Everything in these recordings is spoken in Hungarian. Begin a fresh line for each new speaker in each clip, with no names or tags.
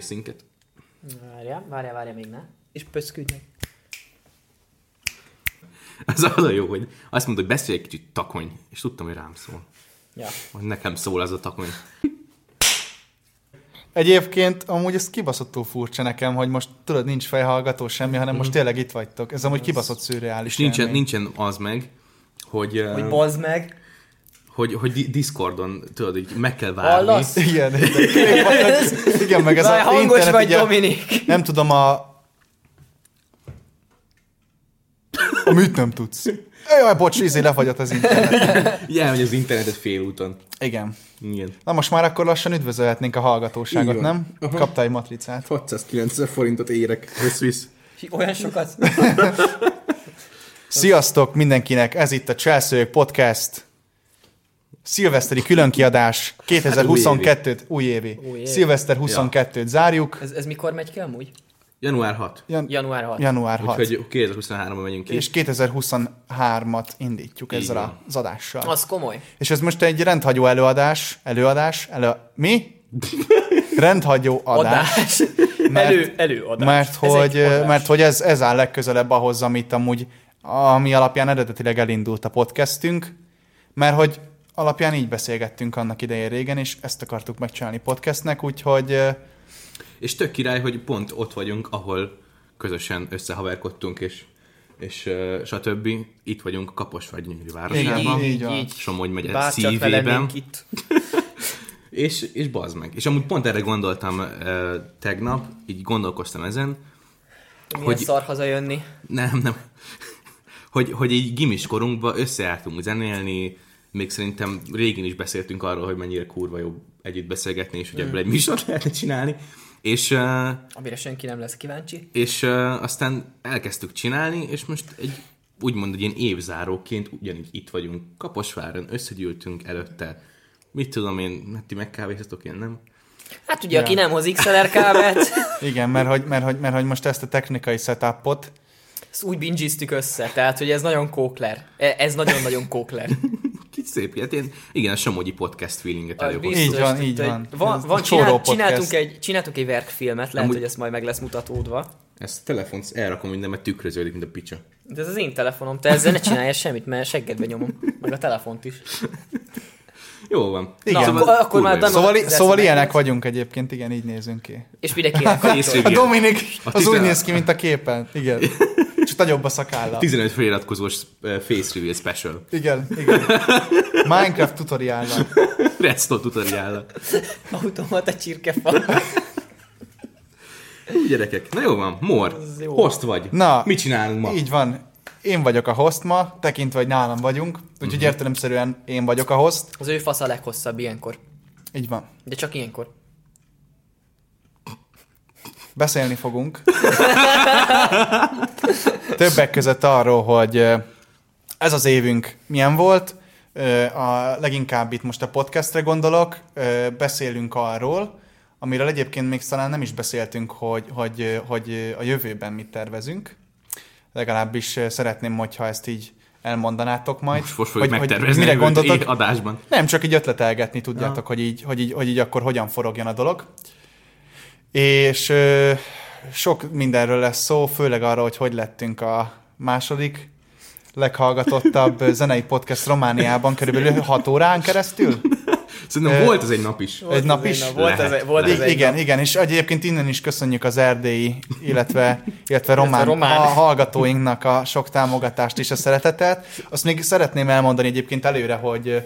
szinket.
Várja, várja, várja, még ne.
És pöszküdnek.
Az az a jó, hogy azt mondta, hogy beszélj egy kicsit takony, és tudtam, hogy rám szól.
Ja.
Hogy nekem szól az a takony.
Egyébként amúgy ez kibaszottul furcsa nekem, hogy most tudod, nincs fejhallgató semmi, hanem most tényleg itt vagytok. Ez amúgy kibaszott szürreális.
És nincsen,
élmény.
nincsen az meg, hogy, eh,
Hogy bazd meg.
hogy, hogy di- Discordon, tudod, így meg kell várni.
Hallasz?
Igen, igen, igen, meg ez
Zaj,
a
hangos
internet,
vagy,
ugye,
Dominik.
Nem tudom, a... A műt nem tudsz. Jaj, bocs, izé lefagyott az internet.
Igen, hogy az internetet félúton.
Igen.
Igen.
Na most már akkor lassan üdvözölhetnénk a hallgatóságot,
Így van.
nem? Kaptál egy matricát.
609 ezer forintot érek. Swiss.
Olyan sokat.
Sziasztok mindenkinek, ez itt a Cselszőjök Podcast. Szilveszteri
Hát
különkiadás 2022-t, újévi.
Újévi.
Szilveszter 22-t zárjuk,
Ez, ez mikor megy ki amúgy?
Január 6.
jan-
Január 6.
január 6.
Úgyhogy 2023-ban megyünk ki.
És 2023-at indítjuk
Így
ezzel
van.
az adással.
Az komoly.
És ez most egy rendhagyó előadás, előadás, elő... Mi? rendhagyó adás.
Adás.
Mert-
Elő, előadás.
Mert
Ez egy
hogy,
adás.
mert hogy ez, ez áll legközelebb ahhoz, amit amúgy, ami alapján eredetileg elindult a podcastünk, mert hogy alapján így beszélgettünk annak idején régen, és ezt akartuk megcsinálni podcastnek, úgyhogy ö,
És tök király, hogy pont ott vagyunk, ahol közösen összehaverkodtunk, és, és uh, stb. Itt vagyunk Kaposvárgynyűri városában,
így van.
Somogy megye
Bárcsak
szívében,
velem itt.
és, és bazd meg. És amúgy pont erre gondoltam uh, tegnap, így gondolkoztam ezen,
Milyen
Hogy-
hogy... szar hazajönni.
nem, nem, hogy, hogy így gimis korunkban összeálltunk zenélni, még szerintem régén is beszéltünk arról, hogy mennyire kurva jó együtt beszélgetni, és hogy ebből egy műsort lehetne csinálni, és uh,
Amire senki nem lesz kíváncsi.
És uh, aztán elkezdtük csinálni, és most egy úgymond egy ilyen évzáróként ugyanígy itt vagyunk Kaposváron, összegyűltünk előtte. Mit tudom én, hát ti megkávéztatok, én nem.
Hát ugye, aki nem hoz XLR kávét,
igen, mert hogy, mert, hogy, mert hogy most ezt a technikai setupot,
ezt úgy bingiztük össze. Tehát, hogy ez nagyon kókler. E- Ez nagyon-nagyon kókler.
Kicsit szép, hát én, igen, a Somogyi podcast feelinget
Az
előhoztam.
biztos,
Így van,
tehát,
így
hogy
van.
van,
Ez
van
egy csóró
csinál,
podcast.
csináltunk, egy, csináltunk egy verkfilmet, lehet,
Amúgy-
hogy ez majd meg lesz mutatódva.
Ezt a telefont elrakom minden, mert tükröződik, mint a picsa.
De ez az én telefonom, te ezzel ne csinálj semmit, mert seggedbe nyomom, meg a telefont is.
Jó van.
Igen.
Szóval
akkor- akkor
kurva
már
jó.
Dan-
szóval,
ez
szóval
lesz
ilyenek
megint.
vagyunk egyébként, igen, így nézünk ki.
És mindenkinek a
Észre-
A
Igen.
Dominik az úgy
tizen-
néz ki, mint a képen, igen. Csak nagyobb a szakálla.
15 feliratkozós eh, face review special.
Igen, igen. Minecraft tutoriállal.
Redstone tutorial
automata csirkefa.
Úgy gyerekek. Na jó van, Mor,
jó.
host vagy.
Na,
Mit csinálunk ma?
Így van. Én vagyok a host ma, tekintve, hogy nálam vagyunk. Úgyhogy
Mhm.
uh-huh. értelemszerűen én vagyok a host.
Az ő fasz a leghosszabb ilyenkor.
Így van.
De csak ilyenkor.
Beszélni fogunk. Többek között arról, hogy ö, ez az évünk milyen volt. Ö, A leginkább itt most a podcastre gondolok. Ö, Beszélünk arról, amiről egyébként még talán nem is beszéltünk, hogy, hogy, ö, hogy ö, a jövőben mit tervezünk. Legalábbis ö, szeretném, hogyha ezt így elmondanátok majd.
Most, most fogjuk megtervezni
mire
a jövőt
gondoltok,
é- adásban.
Nem, csak így ötletelgetni tudjátok, hogy, így, hogy, így, hogy így akkor hogyan forogjon a dolog. És ö, sok mindenről lesz szó, főleg arról, hogy hogy lettünk a második leghallgatottabb ö, zenei podcast Romániában körülbelül 6 órán keresztül.
Szerintem
Ö,
volt ez egy nap is.
Egy nap is?
Volt ez,
Lehet,
volt ez
I-
egy
igen,
nap.
igen, és egyébként innen is köszönjük az erdélyi, illetve, illetve román,
román.
román. A hallgatóinknak a sok támogatást és a szeretetet. Azt még szeretném elmondani egyébként előre, hogy ö,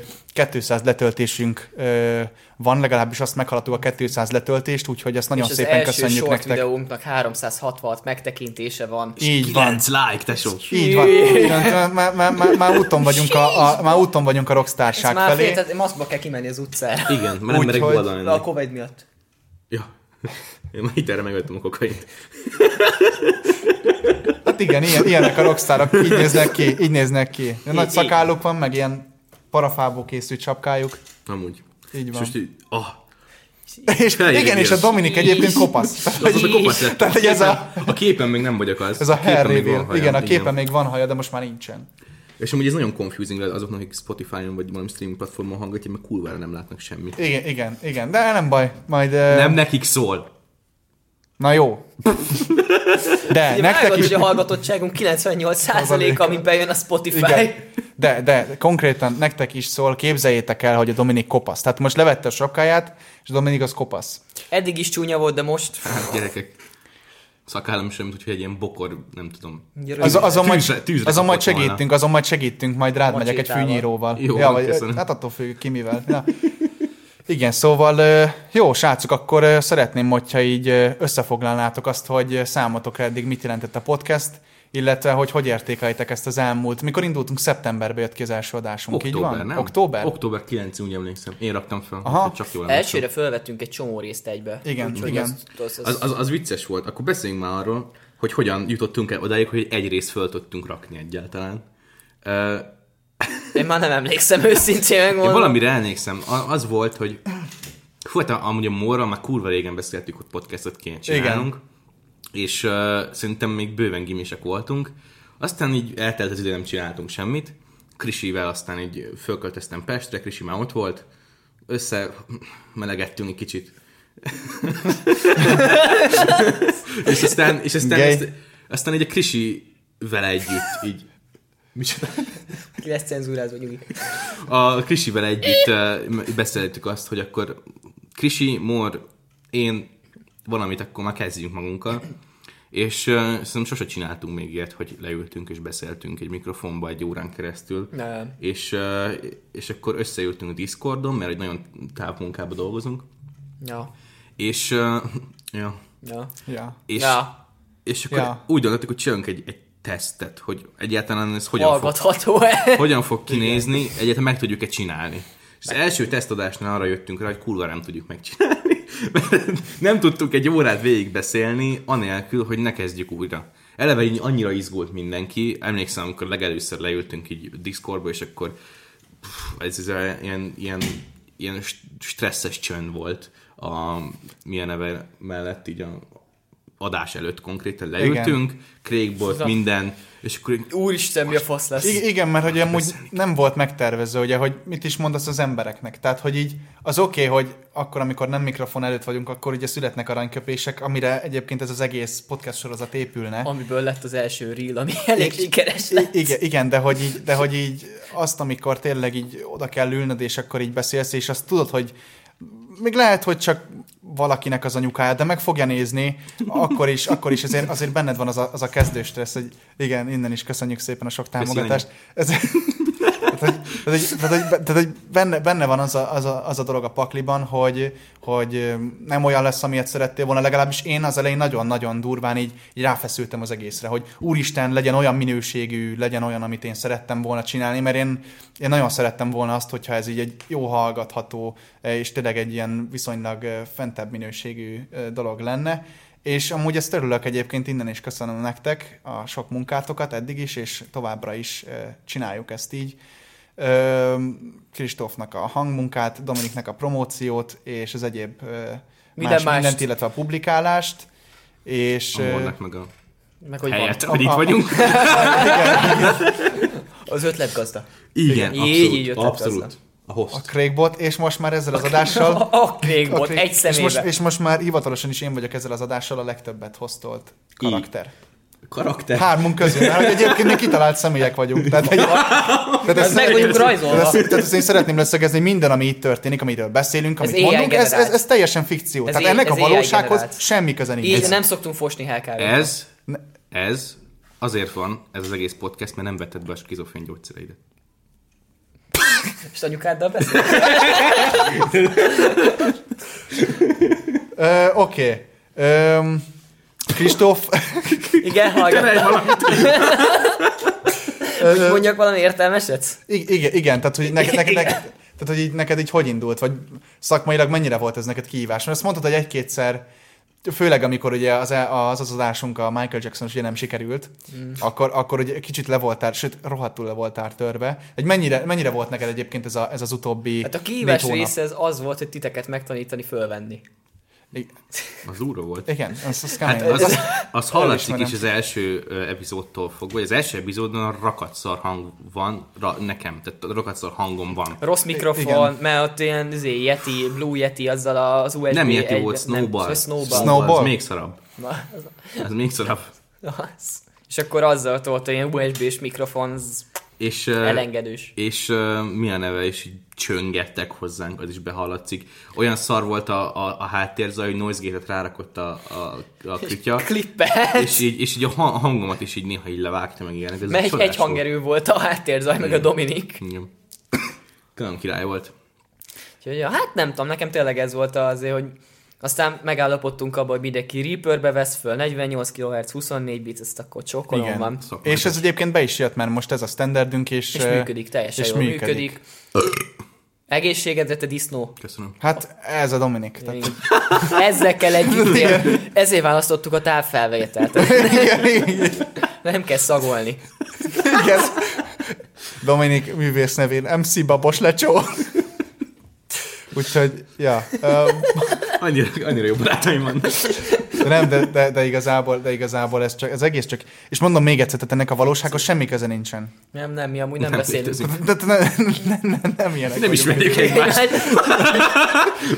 200 letöltésünk ö, van, legalábbis azt meghaladtuk a 200 letöltést, úgyhogy ezt nagyon
és
szépen
az első
köszönjük
short
nektek.
videónknak 366 megtekintése van.
Így van.
9 like, tesó.
Így van. Így van. Már, már, már, már úton vagyunk a, a, már úton vagyunk a
Ez
rockstárság
már
felé.
fél, tehát maszkba kell kimenni az utcára.
Igen, mert nem merek
Úgyhogy-
oldalon
Le a
ennek.
Covid miatt.
Ja. Én már itt erre megvettem a kokaint.
Hát igen, ilyen, ilyenek a rockstárok, így néznek ki, így néznek ki. Nagy
így.
szakálluk van, meg ilyen parafából készült sapkájuk.
Amúgy.
Így
És
van.
most így, ah,
És,
Feljön
igen, és a
ilyen.
Dominik egyébként kopasz. Tehát,
az, az a
hogy-
kopasz lett.
Tehát, hogy ez a,
A képen még nem vagyok az.
ez a hair
képen még van
reveal.
hajam,
Igen, a képen még van haja, de most már nincsen.
És amúgy ez nagyon confusing lehet azoknak, akik Spotify-on vagy valami streaming platformon hallgatják, mert kurvára nem látnak semmit.
Igen, igen, igen. De nem baj, majd...
Nem nekik szól.
Na jó. De
Ugye
nektek
vágod,
is...
hogy a hallgatottságunk 98%-a, ami bejön a Spotify.
Igen. De, de konkrétan nektek is szól, képzeljétek el, hogy a Dominik kopasz. Tehát most levette a sapkáját, és Dominik az kopasz.
Eddig is csúnya volt, de most...
Hát gyerekek, szakállam sem, úgyhogy egy ilyen bokor, nem tudom.
Az, azon,
Tűzre-
majd,
tűzre
azon majd
kapott volna.
segítünk, azon majd segítünk, majd rád
Macsétával.
megyek egy fűnyíróval.
Jó,
ja, vagy,
köszönöm.
hát attól függ ki mivel. Ja. Igen, szóval ö, jó, srácok, akkor ö, szeretném, hogyha így ö, összefoglalnátok azt, hogy ö, számotokra eddig mit jelentett a podcast, illetve hogy hogy értékelitek ezt az elmúlt. Mikor indultunk, szeptemberbe jött ki az első adásunk, így
Október,
van?
nem?
Október?
Október 9 úgy emlékszem. Én raktam fel,
Aha.
Aha. csak jól emlékszem.
Elsőre felvettünk egy csomó részt egybe.
Igen,
Úgyhogy
igen.
azt- azt- azt-
Az, az, az vicces volt. Akkor beszéljünk már arról, hogy hogyan jutottunk el odáig, hogy egy részt föl tudtunk rakni egyáltalán. Uh,
Én már nem emlékszem őszintén,
én
megmondom.
valamire elnékszem. A- Az volt, hogy fú, hát amúgy a Morra már kurva régen beszéltük, hogy podcastot kéne csinálnunk. És uh, szerintem még bőven gimisek voltunk. Aztán így eltelt az idő, nem csináltunk semmit. Krisivel aztán így fölköltöztem Pestre, Krisi már ott volt. Össze melegettünk egy kicsit. és aztán, és aztán,
Gay.
ezt, aztán így a Krisi vele együtt így Micsoda?
Ki lesz cenzúrázva, nyugi.
A Krisivel együtt ö, m- beszéltük azt, hogy akkor Krisi, Mor, én valamit akkor már kezdjünk magunkkal. És ö, szerintem sose csináltunk még ilyet, hogy leültünk és beszéltünk egy mikrofonba egy órán keresztül.
Nem.
És, ö, és akkor összejöttünk a Discordon, mert egy nagyon távmunkába dolgozunk.
Ja.
És, ö, ja,
Ja.
Ja.
és,
ja.
és akkor
Ja.
úgy döntöttük, hogy csinálunk egy, egy tesztet, hogy egyáltalán ez hogyan fog
Hallgatható-e?
hogyan fog kinézni, egyáltalán meg tudjuk-e csinálni. És az első tesztadásnál arra jöttünk rá, hogy kurva nem tudjuk megcsinálni, mert nem tudtuk egy órát végigbeszélni, anélkül, hogy ne kezdjük újra. Eleve így annyira izgult mindenki, emlékszem, amikor legelőször leültünk így Discordba, és akkor pff, ez, ez ilyen, ilyen, ilyen stresszes csönd volt a milyen neve mellett így a adás előtt konkrétan leültünk, krékbolt,
Zap.
minden, és akkor így,
Úristen, mi a fasz lesz?
I- igen, mert hogy amúgy nem volt megtervező, ugye, hogy mit is mondasz az embereknek. Tehát, hogy így az oké, okay, hogy akkor, amikor nem mikrofon előtt vagyunk, akkor ugye születnek aranyköpések, amire egyébként ez az egész podcast sorozat épülne.
Amiből lett az első reel, ami elég sikeres lett.
I- igen, igen de, hogy így, de hogy így azt, amikor tényleg így oda kell ülnöd, és akkor így beszélsz, és azt tudod, hogy még lehet, hogy csak valakinek az anyukája, de meg fogja nézni, akkor is, akkor is azért, azért benned van az a, az a kezdő stressz, hogy igen, innen is köszönjük szépen a sok támogatást. Ez, tehát, hogy, tehát, hogy, tehát, hogy, tehát, hogy benne, benne van az a, az, a, az a dolog a pakliban, hogy, hogy ö, nem olyan lesz, amilyet szerettél volna, legalábbis én az elején nagyon-nagyon durván így, így ráfeszültem az egészre, hogy úristen, legyen olyan minőségű, legyen olyan, amit én szerettem volna csinálni, mert én, én nagyon szerettem volna azt, hogyha ez így egy jó hallgatható, ö, és tényleg egy ilyen viszonylag ö, fentebb minőségű ö, dolog lenne. És amúgy ezt örülök egyébként innen is köszönöm nektek a sok munkátokat eddig is, és továbbra is ö, csináljuk ezt így. Ö, Kristófnak a hangmunkát, Dominiknek a promóciót, és az egyéb ö,
Minden
más
mást.
mindent, illetve a publikálást, és
a
ö,
Mornak meg a
Meg hogy
helyet,
van.
hogy itt
A- a-
vagyunk.
Az ötletgazda.
Igen,
Így,
abszolút.
így jött
abszolút.
ezzel.
A
a
host.
Craigbot, és most már ezzel az adással...
A, a Craig volt,
Craig-
egy
és most,
személyben.
és most már hivatalosan is én vagyok ezzel az adással a legtöbbet hoztolt karakter.
Karakter.
Hármunk közül, mert hogy egyébként mi kitalált személyek vagyunk. Tehát, egy, tehát
Ez meg vagyunk
Tehát
rajzolva.
ezt, tehát ezt én szeretném leszögezni, hogy minden, ami itt történik, amiről beszélünk, amit
AI
mondunk, ez, ez,
generált.
ez teljesen fikció.
Ez
Tehát
AI
ennek a valósághoz
generált.
semmi köze nincs.
Így nem szoktunk fosni helkára.
Ez, ez azért van, ez az egész podcast, mert nem vetted be a skizofrén gyógyszereidet.
És anyukáddal beszél?
Ö, Oké. Öm, Kristóf,
Igen, hallgat. Hogy mondjak valami értelmeset?
I- igen, igen, tehát hogy, neked, neked, neked, tehát, hogy így, neked így hogy indult, vagy szakmailag mennyire volt ez neked kihívás? Mert azt mondtad, hogy egy-kétszer, főleg amikor ugye az e, az, az adásunk a Michael Jackson ugye nem sikerült, mm. akkor, akkor ugye kicsit le voltál, sőt, rohadtul le voltál törve. Hogy mennyire, mennyire volt neked egyébként ez, a, ez az utóbbi
Hát a
négy
kihívás
hónap?
része az, az volt, hogy titeket megtanítani, fölvenni.
I-
Az úra volt.
Igen, az, az kemény.
Hát az, az hallatszik
elismerem.
is az első ö, epizódtól fog, vagy az első epizódon a rakatszar hang van, ra, nekem, tehát a rakatszar hangom van.
Rossz mikrofon,
igen.
mert ott ilyen izé, Yeti, Blue Yeti, azzal az USB
nem ilyet jó
egybe-
volt,
nem,
Snowball.
vagy Snowball.
Snow- Snowball?
Az még szarabb. Az még szarabb.
Az. És akkor azzal tolt ilyen USB-s mikrofon, az
És, ö,
elengedős.
és ö, mi a neve, és így csöngettek hozzánk, az is behallatszik. Olyan szar volt a, a, a háttérzaj, hogy noise gate-et rárakott a, a, a kütya.
Klippel.
És így, és így a ha- hangomat is így néha így levágta meg ilyenek. Ez
Mert egy,
csodás
egy hangerő volt a háttérzaj, meg a Dominik.
volt. Igen. Külön király volt.
Úgyhogy, ja, hát nem tudom, nekem tényleg ez volt azért, hogy aztán megállapodtunk abban, hogy mindenki Reaperbe vesz föl, 48 kHz, 24 bit, ezt akkor csokolom
Igen.
van.
Szakmai.
És ez egyébként be is jött, mert most ez a standardünk, és,
És
ö,
működik, teljesen és jól működik. működik. Egészségedre, te disznó.
Köszönöm.
Hát ez a Dominik. Tehát,
Igen. Ezzel kell együtt élni. Ezért választottuk a távfelvételt.
igen, igen,
Nem kell szagolni.
igen. Dominik művész nevén MC Babos lecsó. Úgyhogy, ja, ö,
Annyira, annyira jó barátaim vannak.
de nem, de, de, de, igazából, de igazából ez, csak, ez egész csak, és mondom még egyszer, tehát ennek a valósághoz semmi köze nincsen.
Nem, nem, mi amúgy nem,
Nem
beszélünk.
létezik.
De, de ne, ne, ne, nem ilyenek
Nem
vagyunk.
ismerjük egymást.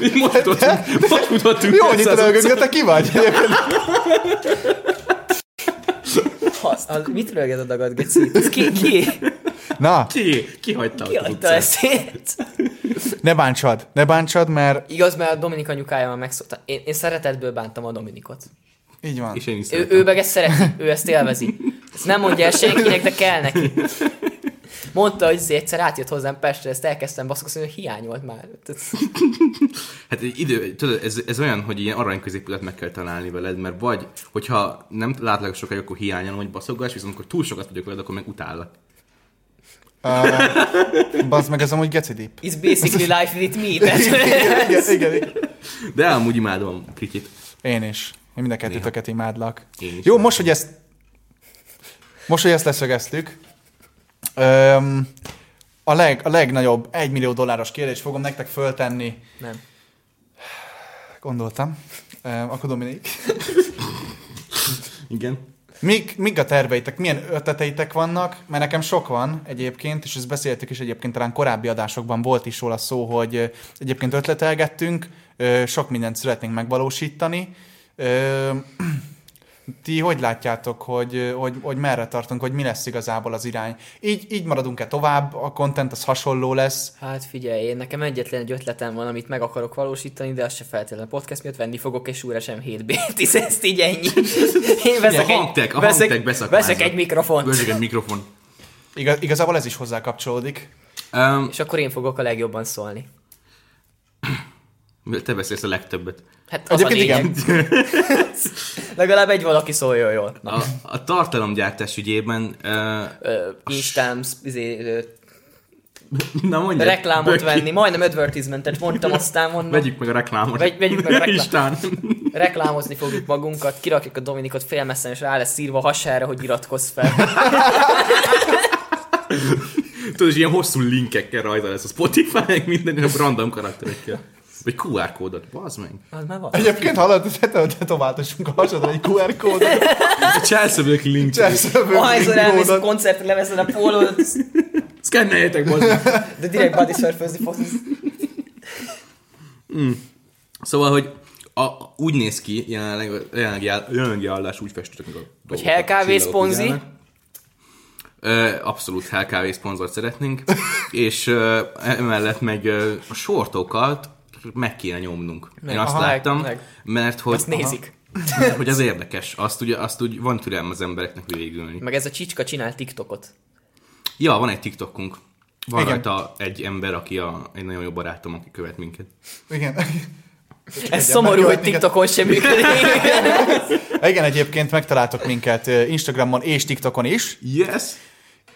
Így most mutattunk. Most mutattunk.
Jó, hogy itt
össze az
rögök, de te ki vagy?
Az, Hát, az, mit röged a dagad, Geci? Ez Ki, ki,
Na,
Ki? Ki hagyta
ki
ott az
adta
utcán?
ezt?
ne bántsad, ne bántsad, mert
Igaz, mert a Dominik anyukája már megszokta. Én, én szeretetből bántam a Dominikot.
így van.
És én is
Ő,
szeretem.
ő meg ezt szereti, ő ezt élvezi. Ezt nem mondja el senkinek, de kell neki. Mondta, hogy izé egyszer átjött hozzám Pestre, ezt elkezdtem baszkozni, hogy hiányolt már. Tehát
Hát egy idő, tudod, ez, ez olyan, hogy ilyen arany középutat meg kell találni veled, mert vagy, hogyha nem látlak sokáig, akkor hiányolom, hogy baszogás, viszont akkor túl sokat vagyok veled, akkor meg utállak.
Uh, Bazd meg, ez amúgy geci deep.
It's basically life with me. Tehát,
Igen, igen, igen.
De amúgy imádom a krityit.
Én is. Én mind a kettőtöket imádlak.
Én is.
Jó, most, hogy ezt most, hogy ezt leszögeztük, öm, a, leg, a legnagyobb 1 millió dolláros kérdést fogom nektek föltenni.
nem.
Gondoltam. Öm, akkor Dominik.
Igen.
Mik, mik a terveitek? Milyen ötleteitek vannak? Mert nekem sok van egyébként, és ezt beszéltük is egyébként talán korábbi adásokban volt is róla szó, hogy ö, egyébként ötletelgettünk, ö, sok mindent szeretnénk megvalósítani. Ö, Ti hogy látjátok, hogy, ö, hogy, hogy merre tartunk, hogy mi lesz igazából az irány? Így, így maradunk-e tovább, a content az hasonló lesz?
Hát figyelj, én nekem egyetlen egy ötletem van, amit meg akarok valósítani, de azt se feltétlenül podcast miatt venni fogok, és újra sem 7 b ezt így ennyi. Én veszek
A
egy,
hangtech, a hangtech
veszek,
beszakmázza.
veszek egy mikrofont,
Gőzsök egy mikrofon.
Igaz, igazából ez is hozzá kapcsolódik.
Um,
és akkor én fogok a legjobban szólni.
te beszélsz a legtöbbet.
Hát az
Egyébként
a lényeg. Legalább egy valaki szóljon jól. Na.
A, a tartalomgyártás ügyében... Uh,
Ö, Instám, sz- izé, ö,
na mondjad,
reklámot
Böki.
venni, majdnem advertisementet mondtam, aztán mondom.
Vegyük meg a reklámot.
Vegy- vegyük meg a reklámot.
Isten.
Reklámozni fogjuk magunkat, kirakjuk a Dominikot félmesszen, és rá lesz írva a hasára, hogy iratkozz fel.
Tudod, és ilyen hosszú linkekkel rajta lesz a Spotify, minden ilyen random karakterekkel. Vagy QR kódot, bazd meg.
Az már van.
Egyébként hallod, te, te, te továbbítunk a hasadra egy QR kódot.
A Chelsea-ből link.
Cselszövő
Ahányszor elmész a
kódot.
koncertre, leveszed a pólót,
Szkenneljetek, bazd meg.
de direkt body surfözni fogsz.
Szóval, hogy a, úgy néz ki, jelenleg, jelenlegi, áll- jelenlegi állás úgy festett, hogy a dolgok-
Hell
a
Kávé
csillagok
szponzi?
úgy állnak. Ö, abszolút Hellkávé szponzort szeretnénk, és ö, emellett meg ö, a sortokat meg kéne nyomnunk. Én azt
Aha,
láttam,
meg-
mert hogy...
Azt nézik.
Mert hogy az érdekes, azt, ugye, azt úgy van türelme az embereknek végülni.
Meg ez a csicska csinál TikTokot.
Ja, van egy TikTokunk. Van
Igen.
Igen. rajta egy ember, aki a, egy nagyon jó barátom, aki követ minket.
Igen.
Ez szomorú, hogy TikTokon sem működik.
Igen, egyébként megtaláltok minket ö, Instagramon és TikTokon is,
Yes!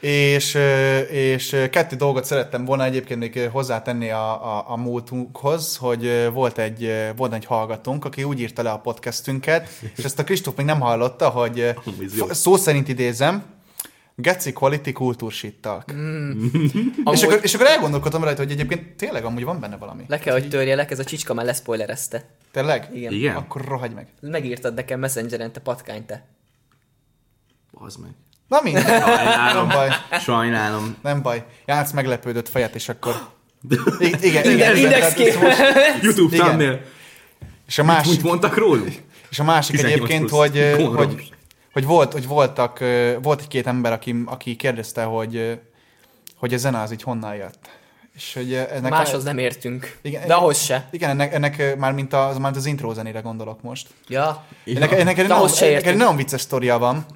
és, ö, és ö, kettő dolgot szerettem volna egyébként még ö, hozzátenni a, a, a múltunkhoz, hogy ö, volt egy, ö, volt egy hallgatónk, aki úgy írta le a podcastünket, és ezt a Kristóf még nem hallotta, hogy ö,
Amúgy ez jó.
szó szerint idézem, Geci quality kultúrsittalk. Mm.
Amúgy
És, akkor, és akkor elgondolkodtam rajta, hogy egyébként tényleg amúgy van benne valami.
le kell, hogy törjelek, ez a csicska már leszpoilerezte.
Tényleg?
Igen.
Igen?
Akkor rohagy meg.
Megírtad nekem messengeren, te patkány, te.
Az meg.
Na mindegy. Nem
Sajnálom.
baj.
Sajnálom.
Nem baj. Játsz meglepődött fejet, és akkor... I- igen, igen.
Index-
Tehát
Indexkép.
ez most-
YouTube
Igen.
thumbnail.
És a
Mit
másik,
mondtak róluk?
és a másik
18
egyébként,
plusz.
hogy, ö,
Gonosz.
hogy, hogy, volt, hogy voltak, ö, volt egy-két ember, aki, aki kérdezte, hogy, ö, hogy a zene az így honnan jött. És hogy ö, ennek
Máshoz nem értünk.
Igen.
De ahhoz se.
Igen, ennek, ennek már mint az, már az intro zenére gondolok most.
Ja.
Ja.
Ennek, ennek,
Na,
egy nagyon,
ahhoz se
ennek egy
értünk.
nagyon vicces sztoria van.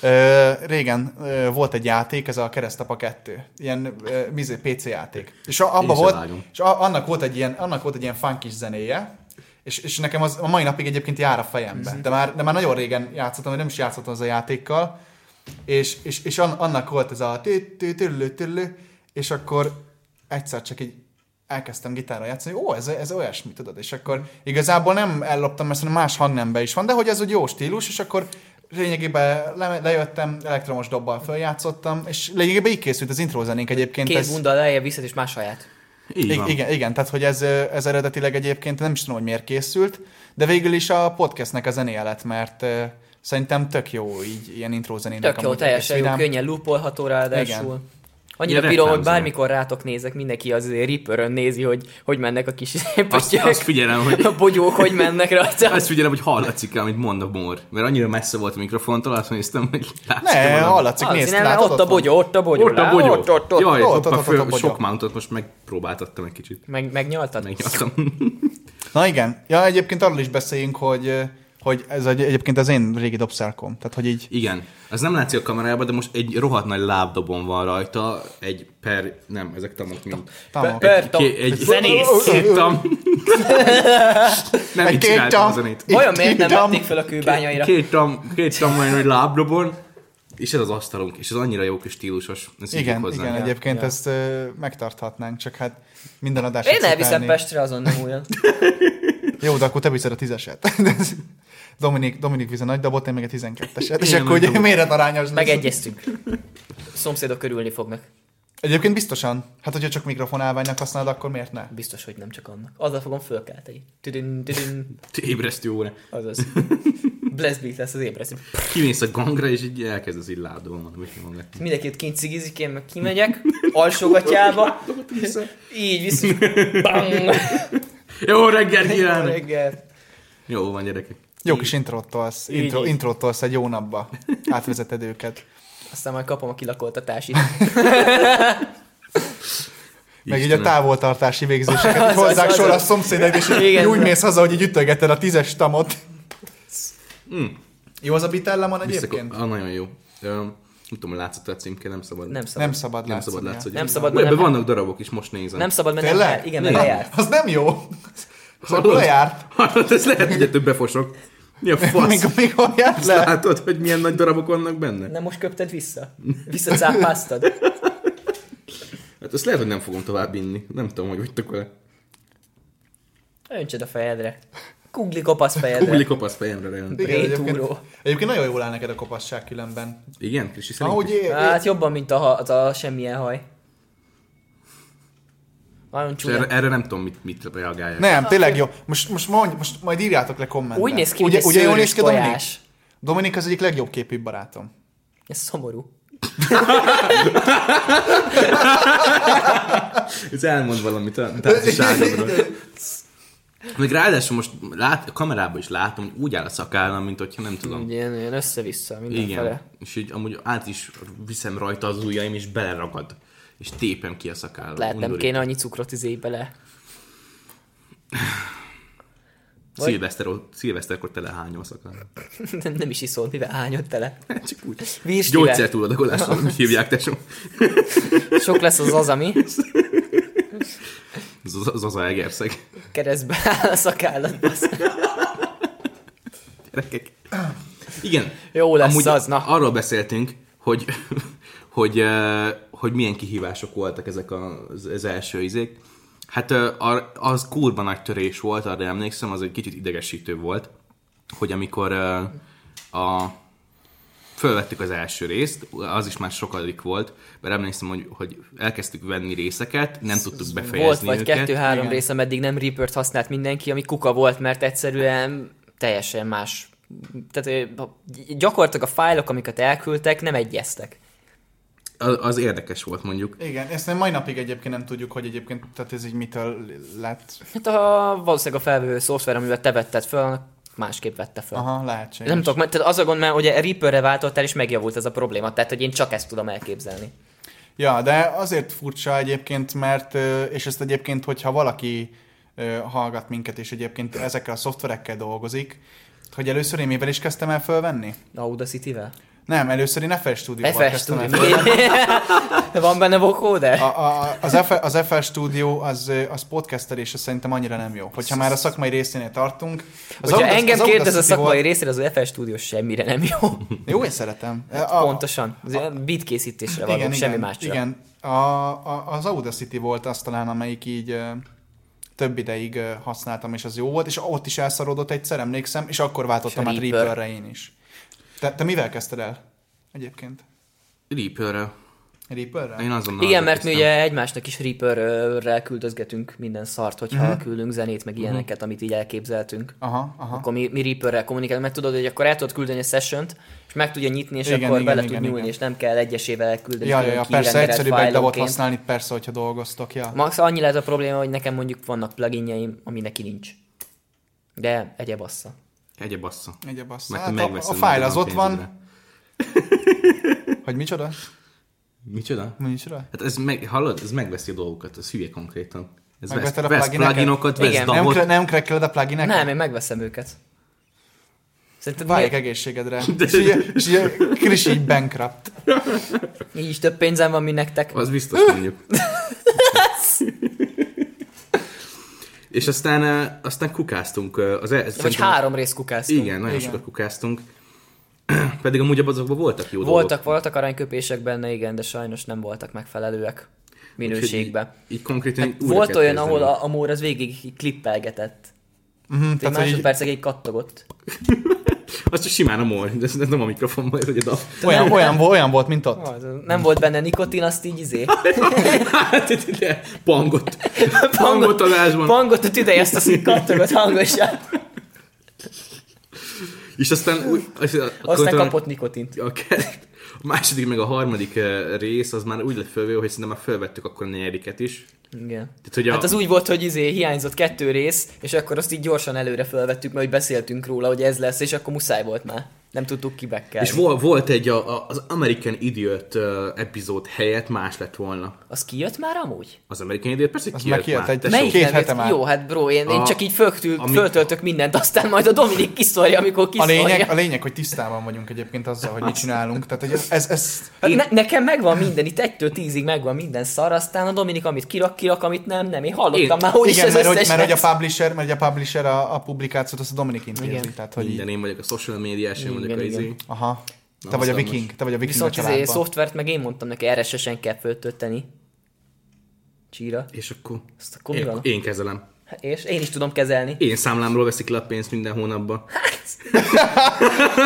Ö, régen ö, volt egy játék, ez a Keresztapa 2, ilyen ö, mizé, PC játék. És a, abba
Én se
volt,
vágom.
és a, annak, volt egy ilyen, annak volt egy ilyen funkis zenéje, és, és nekem az a mai napig egyébként jár a fejembe, de már, de már nagyon régen játszottam, vagy nem is játszottam az a játékkal, és, és, és an, annak volt ez a tü- tü- tüllü- tüllü, és akkor egyszer csak így elkezdtem gitárral játszani, hogy ó, ez, ez olyasmi, tudod, és akkor igazából nem elloptam, mert szerintem más hangnemben is van, de hogy ez úgy jó stílus, és akkor lényegében le, lejöttem, elektromos dobbal följátszottam, és lényegében így készült az intrózenénk egyébként.
Két
ez,
bunda lejjebb viszed, és más saját.
Így
I-
van.
igen, igen, tehát hogy ez, ö, ez eredetileg egyébként nem is tudom, hogy miért készült, de végül is a podcastnek a zenéje lett, mert ö, szerintem tök jó így ilyen intrózenének.
Tök jó,
amúgy
teljesen
egész
jó,
vidám.
könnyen loopolható ráadásul. Annyira
Ilyen
bírom, hogy
reklámzene.
bármikor rátok nézek, mindenki azért Reaper-ön nézi, hogy hogy mennek a kis
Azt,
potyák,
azt figyelem, hogy
a bogyók, hogy mennek rajta.
azt figyelem, hogy hallatszik el, amit mond a bor. Mert annyira messze volt a mikrofontól, azt néztem, hogy látszik
Ne, hallatszik,
Az,
nézd,
nem,
látod,
ott a bogyó, ott a bogyó.
Ott a
lá-
bogyó.
Ott, ott, ott.
Jaj,
ott,
ott,
ott, ott, ott
a
a
fő,
bogyó.
sok mountot most megpróbáltattam egy kicsit.
Meg, megnyaltad?
Megnyaltam.
Na igen, ja, egyébként arról is beszéljünk, hogy, ö, hogy ez egy, egyébként az én régi dobszerkom, tehát hogy így
Igen. Az nem látszik a kamerában, de most egy rohadt nagy lábdobon van rajta. Egy per... Nem, ezek tamok mind.
tamok.
Pe-
Egy,
Tam.
ké- egy
Zenész.
Két tam. nem
Egy
így
két
csináltam
tam.
a zenét.
Vajon miért nem
Tudtam.
vették fel a kőbányaira?
Két tam, két tam olyan nagy lábdobon. És ez az asztalunk, és ez annyira jó kis stílusos. Ezt így
Igen,
hozzá.
igen, egyébként ja. ezt ö, megtarthatnánk, csak hát minden adásra
Én elviszem
cipelni.
Pestre azon nem újon.
Jó, de akkor te viszed a tízeset. Dominik, Dominik visz a nagy dabot, én meg a tizenketteset. És
Én
akkor
meg
ugye
dobok.
méretarányos lesz.
Megegyeztünk. A Szomszédok örülni fognak.
Egyébként biztosan. Hát, hogyha csak mikrofon állványnak használod, akkor miért ne?
Biztos, hogy nem csak annak. Azzal fogom fölkelteni. Tüdün, tüdün.
Ébresztő óra.
Azaz. Blast beat lesz az ébresztő.
Kimész a gangra, és így elkezdesz így lábdobon mondani, hogy magad.
Mindenki ott kint cigizik, én meg kimegyek, alsógatjába, így vissza, bang,
Jó reggelt kívánok!
reggel.
Jó van, gyerekek.
Jó kis intrót tolsz,
Így,
intro,
így.
intrót tolsz egy jó napba. Átvezeted őket.
Aztán majd kapom a kilakoltatási.
Meg így a
Istenem.
távoltartási végzéseket.
Az,
így hozzák
az,
sorra
az.
a szomszédek, és így
Igen.
úgy mész haza, hogy így ütögeted a tízes tamot. Jó az a bitellem van
Visszakop...
egyébként?
Ah, nagyon jó. Ö, nem tudom, hogy látszott a címke, nem szabad.
Nem szabad.
Nem szabad
nem szabad
látszania.
látszani.
Nem szabad,
Ebben
mert nem-
vannak darabok is, most nézem.
Nem szabad, mert nem
Tényleg?
jár. Igen, mert lejárt.
Az nem jó. Az akkor lejárt.
Hallod, ez lehet, hogy ettől befosok. Mi a fasz?
Mikor, mikor járt
Azt
le?
látod, hogy milyen nagy darabok vannak benne?
Nem most köpted vissza? Visszacápáztad?
Hát azt lehet, hogy nem fogom tovább inni. Nem tudom, hogy vagytok vele.
Öntsed a fejedre. Kugli kopasz
Kugli
fejedre.
kopasz fejemre rejön.
Igen,
Rétúró.
egyébként, egyébként nagyon jól áll neked a kopasság különben.
Igen, Krisi szerint?
Ahogy
Ahogy...
é- é-
Hát jobban, mint a, ha- az a semmilyen haj. Nagyon
Erre,
csúnya.
erre, nem tudom, mit, mit reagálják.
nem, tényleg jó. Most, most, mondj, most majd írjátok le kommentben.
Úgy néz ki, mint egy szőrös
Dominik?
tojás.
Dominik az egyik legjobb képű barátom.
Ez szomorú.
Ez elmond valamit a társaságodról. Még ráadásul most lát, a kamerában is látom, hogy úgy áll a szakállam, mint hogyha nem tudom.
Ilyen, ilyen össze-vissza Hmm. mindenfele.
Igen. És így amúgy át is viszem rajta az ujjaim, és beleragad. És tépem ki a szakállam.
Lehet nem
Undorít.
kéne annyi cukrot izé bele. vagy-
Szilveszter, szilveszterkor telehányom a szakállam.
Nem, nem is iszol, mivel hányod tele.
Csak úgy.
Vírslivel.
Gyógyszertúladagolás, úgy hívják, tesó.
Sok lesz az az, ami
Ez az, az, az a egerszeg.
keresztbe áll a szakállad. bassz.
Gyerekek. Igen.
Jó lesz az, na.
Arról beszéltünk, hogy, hogy, eh, hogy milyen kihívások voltak ezek az, az első izék. Hát eh, ar- az kurva nagy törés volt, arra emlékszem, az egy kicsit idegesítő volt, hogy amikor eh, a fölvettük az első részt, az is már sokadik volt, mert emlékszem, hogy, hogy elkezdtük venni részeket, nem tudtuk befejezni
Volt vagy
őket.
kettő-három
Igen.
rész, ameddig nem Reaper-t használt mindenki, ami kuka volt, mert egyszerűen teljesen más. Tehát ö, gyakorlatilag a fájlok, amiket elküldtek, nem egyeztek.
Az, az érdekes volt mondjuk.
Igen, ezt nem mai napig egyébként nem tudjuk, hogy egyébként, tehát ez így mitől lett.
Hát a, valószínűleg a felvevő szoftver, amivel te vetted fel, annak másképp vette fel. Aha.
Aha, lehetséges.
Nem tudok, mert tehát az a gond, mert ugye Reaperre váltottál, és megjavult ez a probléma, tehát hogy én csak ezt tudom elképzelni.
Ja, de azért furcsa egyébként, mert, ö, és ezt egyébként, hogyha valaki ö, hallgat minket, és egyébként ezekkel a szoftverekkel dolgozik, hogy először én mivel is kezdtem el fölvenni?
Audacity-vel?
Nem, először én FL Studio-val
FL
kezdtem el
Studio.
fölvenni.
Van benne vokóder?
A, a, az, FL, az FL Studio az, ö, az podcasterése szerintem annyira nem jó. Hogyha már a szakmai részénél tartunk. Az
Hogyha
Audac-
engem
az
kérdez a
Audacity
szakmai
volt-
részére, az FL Studio semmire nem jó.
Jó, én szeretem.
A, Pontosan. Az a, bitkészítésre való, semmi másra.
Igen, a, a, az Audacity volt az talán, amelyik így ö, több ideig ö, használtam, és az jó volt, és ott is elszarodott egyszer, emlékszem, és akkor váltottam
És
át
Reaper.
Reaper-re én is. Te, te mivel kezdted el egyébként?
Reaper-re.
Reaper-re?
Én azonnal
Igen, mert mi
elkezdtem.
ugye egymásnak is Reaper-rel küldözgetünk minden szart, hogyha mm-hmm. küldünk zenét, meg ilyeneket, amit így elképzeltünk.
Aha, Mhm. aha.
Akkor mi, mi Reaper-rel kommunikálunk, mert tudod, hogy akkor el tudod küldeni a session és meg tudja nyitni, és
Igen,
akkor
igen,
bele
igen,
tud nyúlni,
igen.
és nem kell egyesével elküldeni.
Ja, ja,
külön
ja,
kirendelt
persze, egyszerűbb egy davot
fájlonként.
használni, persze, hogyha dolgoztok, ja.
Max annyi lehet a probléma, hogy nekem mondjuk vannak pluginjeim, ami neki nincs. De egyéb assza.
Egye bassza.
Egyéb azt.
Mert
Hát
te
a, a
megveszed
fájl
meg
az ott van,
pénzedre.
hogy micsoda?
Micsoda?
Micsoda?
Hát ez meg, hallod, ez megveszi a dolgokat, ez hülye konkrétan. Ez vesz,
Megveszed a
vesz
plugineket?
pluginokat, vesz
Igen.
Nem,
dabot.
kre- nem krekeled a plugineket?
Nem, én megveszem őket. Szerinted
Váljék
miért?
egészségedre. És ugye, és ugye Chris így bankrupt.
Így is több pénzem van, mint nektek.
Az biztos mondjuk. És aztán, eh, aztán kukáztunk. eh, Az, el-
Vagy
szerintem-
három rész kukáztunk.
Igen, nagyon
Igen.
sokat kukáztunk. Pedig amúgy abban azokban voltak jó dolgok.
Voltak, voltak aranyköpések benne, igen, de sajnos nem voltak megfelelőek minőségben.
Úgyhogy Így, így konkrétan
Hát
újra
volt
kell
olyan,
kezdeni.
ahol a, a mór az végig így klippelgetett.
Uh-huh,
Tehát
tehát, hogy így,
másodpercig így kattogott.
Az csak simán a mol, de ez nem a mikrofonban, ez ugye a...
olyan, olyan, vo- olyan volt, mint ott.
Ah, ez- Nem volt benne nikotin, azt így izé.
Hát itt ide, pangot. Pangot adásban.
Pangot a tüdej, azt azt így kattogott hangosan.
És aztán úgy... az-
Aztán
akkor-
kapott nikotint.
a, ke- a második meg a harmadik eh, rész az már úgy lett fölvéve, hogy szerintem már fölvettük akkor a negyediket is.
Igen.
Tehát, hogy a,
Hát az úgy volt, hogy izé hiányzott kettő rész, és akkor azt így gyorsan előre felvettük, mert hogy beszéltünk róla, hogy ez lesz, és akkor muszáj volt már. Nem tudtuk kibekkelni.
és vol, volt egy a, a, az American Idiot eh, epizód helyett más lett volna.
Az kijött már amúgy?
Az American Idiot persze
Az
kijött
már kijött
már.
egy-
Tesó.
Melyik? két
nem jött?
hete már.
Jó, hát bro, én, én
A-
csak így föltül,
ami-
föltöltök mindent, aztán majd a Dominik kiszorja, amikor
A
kiszorja.
lényeg, a lényeg, hogy tisztában vagyunk egyébként azzal, hogy mit csinálunk. Tehát, hogy ez, ez, ez
Hát ne, nekem megvan minden, itt egytől tízig megvan minden szar, aztán a Dominik, amit kirak, kirak, amit nem, nem. Én hallottam
Én-
már, hogy
igen,
is
mert
az
hogy,
összes
mert hogy
lesz.
a publisher, mert hogy a publisher a, a publikációt azt a Dominik intézi.
Igen.
Tehát, hogy így,
Minden én vagyok a social médiás, én
Igen,
vagyok a
igen.
izé.
aha.
Na,
Te vagy a
hatalmas.
viking, te vagy a viking a
Viszont izé azért
családban.
szoftvert meg én mondtam neki, erre sesen kell föltölteni. Csíra.
És akkor...
Azt akkor Szóval mi
Én,
van?
én kezelem.
Hát És én is tudom kezelni.
Én számlámról veszik le a pénzt minden hónapban.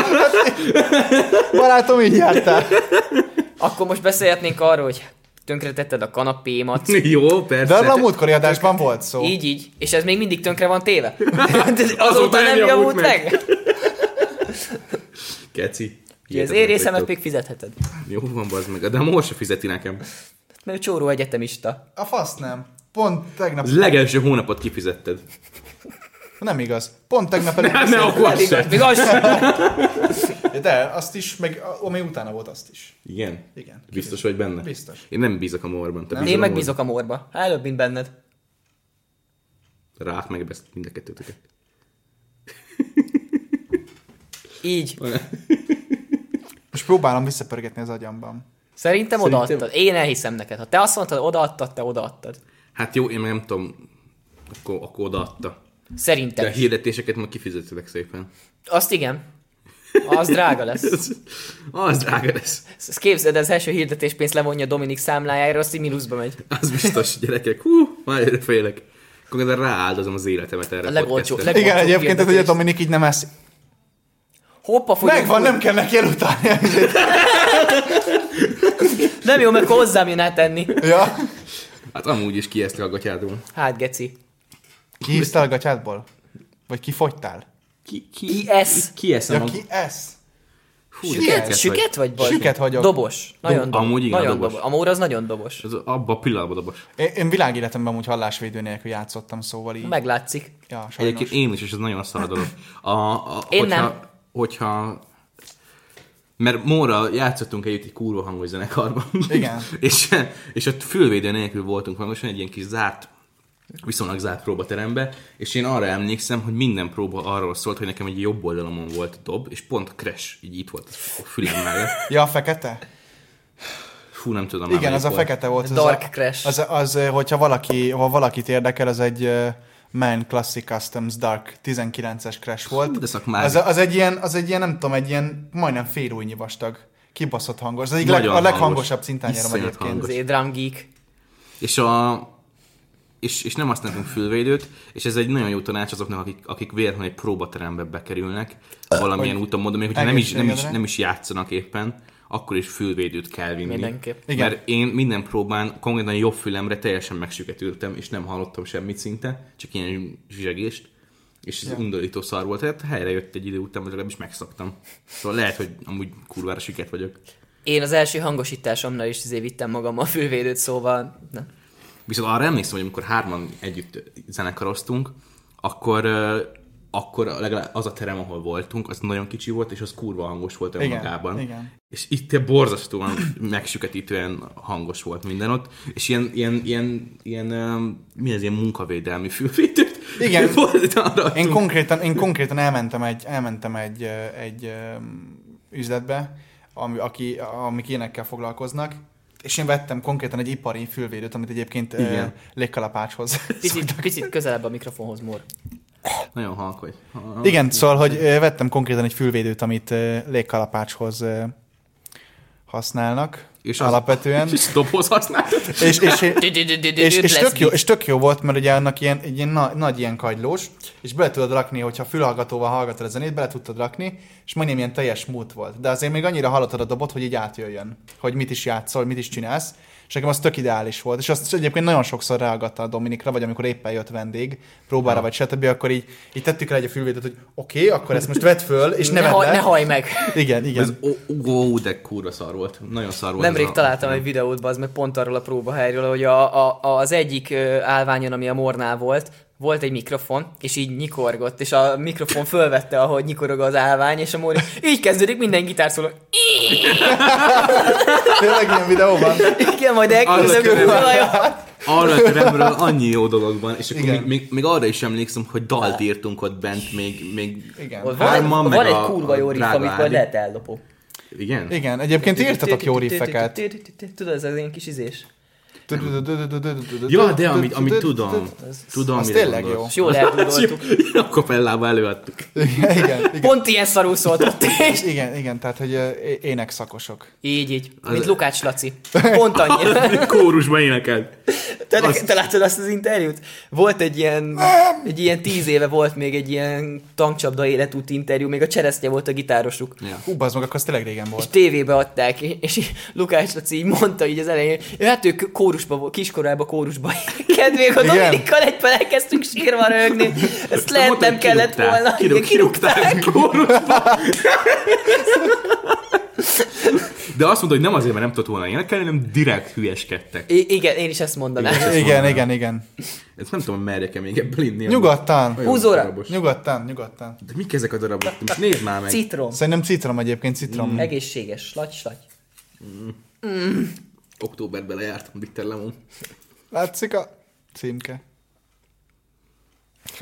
Barátom, így jártál.
Akkor most beszélhetnénk arról, hogy tönkretetted a kanapémat.
Jó,
De
persze.
arra a múltkori adásban volt szó.
Így, így. És ez még mindig tönkre van téve. Hát Azóta,
Azóta
nem javult meg. meg.
Keci.
Úgyhogy az
Hihetetlen
érészemet
vagytok.
még fizetheted.
Jó van, bazd meg. De a mor se fizeti nekem.
Mert ő csóró egyetemista.
A fasz nem. Pont tegnap...
Az legelső hónapot kifizetted.
Nem igaz. Pont tegnap előtt...
Ne
Szóval
akkor
Pedig
se.
még az sem.
De azt is, meg a- ami utána volt, azt is.
Igen?
Igen.
Biztos vagy benne?
Biztos.
Én nem bízok a morban. Te bízol
Én
a
meg
morban?
bízok a morba. Hát előbb, mint benned.
Rák meg ezt mind a kettőtöket.
Így.
Most próbálom visszapörgetni az agyamban.
Szerintem odaadtad.
Szerintem-
Én elhiszem neked. Ha te azt mondtad, odaadtad, te odaadtad.
Hát jó, én meg nem tudom, akkor, akkor odaadta. De a
Szerintem.
hirdetéseket majd kifizetelek szépen.
Azt igen. Az drága lesz.
Ez, az drága lesz.
Ezt képzeld, az első hirdetéspénzt levonja Dominik számlájára, azt így mínuszba megy.
Az biztos, gyerekek. Hú, már erre félek. Akkor de rááldozom az életemet erre.
A legolcsóbb-
podcastre.
leg-
Igen,
Olcsó
egyébként ez ugye
hirdetés.
Dominik így nem eszik.
hoppa, fogyok.
Megvan, nem kell neki elutálni.
Nem jó, mert akkor hozzám jön átenni.
ja.
Hát amúgy is kiesztek a gatyádból.
Hát, geci.
Kiíztál a gatyádból? Vagy kifogytál?
Ki, ki,
Ki esz?
Ki esz
Ja, ki ez?
Hú, de
Süket,
vagy.
süket vagy baj?
Süket vagyok.
Dobos. Nagyon dobos.
Amúgy igen,
nagyon
dobos.
dobos. Amúgy az nagyon dobos.
Ez abba a pillanatban dobos.
Én, én világéletemben úgy hallásvédő nélkül játszottam, szóval így.
Meglátszik.
Ja, sajnos.
Egyébként én is, és ez nagyon szar dolog. A, a,
Én
hogyha,
nem.
Hogyha... Mert Móra játszottunk együtt egy kurva hangos zenekarban.
Igen.
és, és ott fülvédő nélkül voltunk hangosan egy ilyen kis zárt viszonylag zárt próbaterembe, és én arra emlékszem, hogy minden próba arról szólt, hogy nekem egy jobb oldalamon volt a dob, és pont a crash így itt volt a fülem mellett.
Ja, a fekete?
Fú, nem tudom már
Igen, az
melyik
a
volt.
fekete volt. az
Dark
a,
Crash.
Az, az, eh, hogyha valaki, ha valakit érdekel, az egy eh, Man Classic Customs Dark 19-es Crash volt.
De szakmár.
Az, az, egy ilyen, az egy ilyen, nem tudom, egy ilyen majdnem félújnyi vastag, kibaszott hangos. Az egyik leg,
Nagyon
a leghangosabb
hangos.
cintányárom
Iszonyat
egyébként.
hangos.
Az Izé, Drum Geek.
És a és, és nem használtunk fülvédőt, és ez egy nagyon jó tanács azoknak, akik, akik véletlenül egy próbaterembe bekerülnek, valamilyen
Hogy
úton, módon, még hogyha nem is, nem, is,
egészségedre?
nem is játszanak éppen, akkor is fülvédőt kell vinni.
Mindenképp.
Igen.
Mert én minden próbán konkrétan jobb fülemre teljesen megsüketültem, és nem hallottam semmit szinte, csak ilyen zsizsegést, és ez ja. undorító szar volt, tehát helyre jött egy idő után, vagy legalábbis megszoktam. Szóval lehet, hogy amúgy kurvára süket vagyok.
Én az első hangosításomnál is izé vittem magammal a fülvédőt, szóval... Na.
Viszont arra emlékszem, hogy amikor hárman együtt zenekaroztunk, akkor, ö, akkor legalább az a terem, ahol voltunk, az nagyon kicsi volt, és az kurva hangos volt
Igen,
önmagában.
igen.
És itt ilyen borzasztóan megsüketítően hangos volt minden ott, és ilyen, ilyen, ilyen, ilyen ö, mi ez, ilyen munkavédelmi fülvétőt?
Igen.
Volt arra.
Én konkrétan, én konkrétan elmentem egy, elmentem egy, ö, egy ö, üzletbe, ami, aki, amik ilyenekkel foglalkoznak, és én vettem konkrétan egy ipari fülvédőt, amit egyébként ö,
Igen.
légkalapácshoz
Picit, picit közelebb a mikrofonhoz, Mor.
Nagyon halk vagy. Ha-
Igen, szóval, hogy ö, vettem konkrétan egy fülvédőt, amit ö, légkalapácshoz ö, használnak és
az-
alapvetően.
És doboz használtad?
És, és, és, és, és,
Lesz
tök jó,
beat.
és tök jó volt, mert ugye annak ilyen, egy ilyen na, nagy ilyen kagylós, és bele tudod rakni, hogyha fülhallgatóval hallgatod a zenét, bele tudtad rakni, és majdnem ilyen teljes mút volt. De azért még annyira hallottad a dobot, hogy így átjöjjön, hogy mit is játszol, mit is csinálsz, és nekem az tök ideális volt. És azt egyébként nagyon sokszor reagálta a Dominikra, vagy amikor éppen jött vendég, próbára, vagy stb., akkor így, így tettük rá egy a fülvédőt, hogy oké, okay, akkor ezt most vedd föl, és ne,
Ne,
vedd
haj,
le.
ne hajj meg!
Igen,
Ez,
igen.
ó, ó, de kurva szar volt. Nagyon szar volt.
Nemrég
ez a-
találtam egy videót, az meg pont arról a próbahelyről, hogy a, a, az egyik ö, állványon, ami a Mornál volt, volt egy mikrofon, és így nyikorgott, és a mikrofon fölvette, ahogy nyikorog az állvány, és a Móri így kezdődik minden gitárszóló.
Tényleg ilyen videóban.
Igen, majd elkülönök.
Annak örülök.
Jaj,
arra a teremről annyi jó dolog van, és akkor
Igen.
még, még, még, arra is emlékszem, hogy dalt írtunk ott bent, még, még
Igen.
Van,
hárman,
van
meg
egy
a-
kurva
a
jó riff,
drága
amit
Ádi.
majd lehet ellopok.
Igen?
Igen, egyébként írtatok jó riffeket.
Tudod, ez az én kis izés.
Ja, de amit, amit tudom. Tudom,
Az
mire
tényleg jó.
gondolsz.
És jól eldugoltuk.
Jó, A kapellába előadtuk.
Igen, igen, igen.
Pont ilyen szarú szólt ott is.
Igen, igen, tehát, hogy ö, é- énekszakosok.
Így, így. Mint Lukács Laci. Pont annyira.
Kórusban énekelt.
Te,
Azt-
azt... te láttad azt az interjút? Volt egy ilyen, egy ilyen tíz éve volt még egy ilyen tankcsapda életút interjú, még a cseresznye volt a gitárosuk.
Ja.
Hú, bazd meg, akkor az tényleg régen
És
volt.
tévébe adták, és és így Lukács Laci így mondta így az elején, ő hát ők kórusba, vo- kiskorában kórusba kedvék, a
Igen.
Dominikkal egyben elkezdtünk sírva röhögni, ezt lehet nem kellett
Kirúgták.
volna.
Kirúg,
Igen,
kirúgták kórusba. De azt mondta, hogy nem azért, mert nem tudott volna énekelni, hanem direkt hülyeskedtek.
I- igen, én is ezt mondanám.
Igen.
Igen, igen, igen.
Ezt nem tudom, merjek -e még ebből inni.
Nyugodtan.
Nagyon
Húzóra.
darabos.
Nyugodtan, nyugodtan.
De mik ezek a darabok? Most nézd már meg.
Citrom.
Szerintem citrom egyébként,
Mm.
citrom.
Egészséges, slagy, slagy.
Októberben lejártam Bitter Lemon.
Látszik a címke.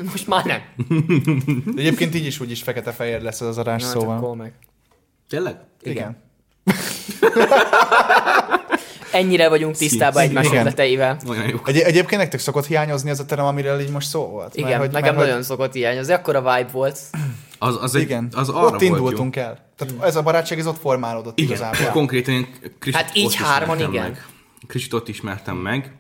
Most már nem.
De egyébként így is úgy is fekete-fehér lesz az az adás,
Na, hát
szóval.
akkor meg.
Tényleg?
Igen.
Ennyire vagyunk tisztában
Szín-
egymás
igen.
ötleteivel.
Olyan jók.
Egy- egyébként nektek szokott hiányozni az a terem, amiről így most szó volt?
Igen, hogy, nekem
hogy-
nagyon szokott hiányozni. Akkora vibe volt.
Az, az, egy,
Igen,
az arra
ott
volt
indultunk el. Tehát ez a barátság, ez ott formálódott
Jó.
igazából.
Igen, konkrétan én Krisit
Hát így
ott
hárman,
ismertem
igen.
Meg. Krisit ott ismertem meg,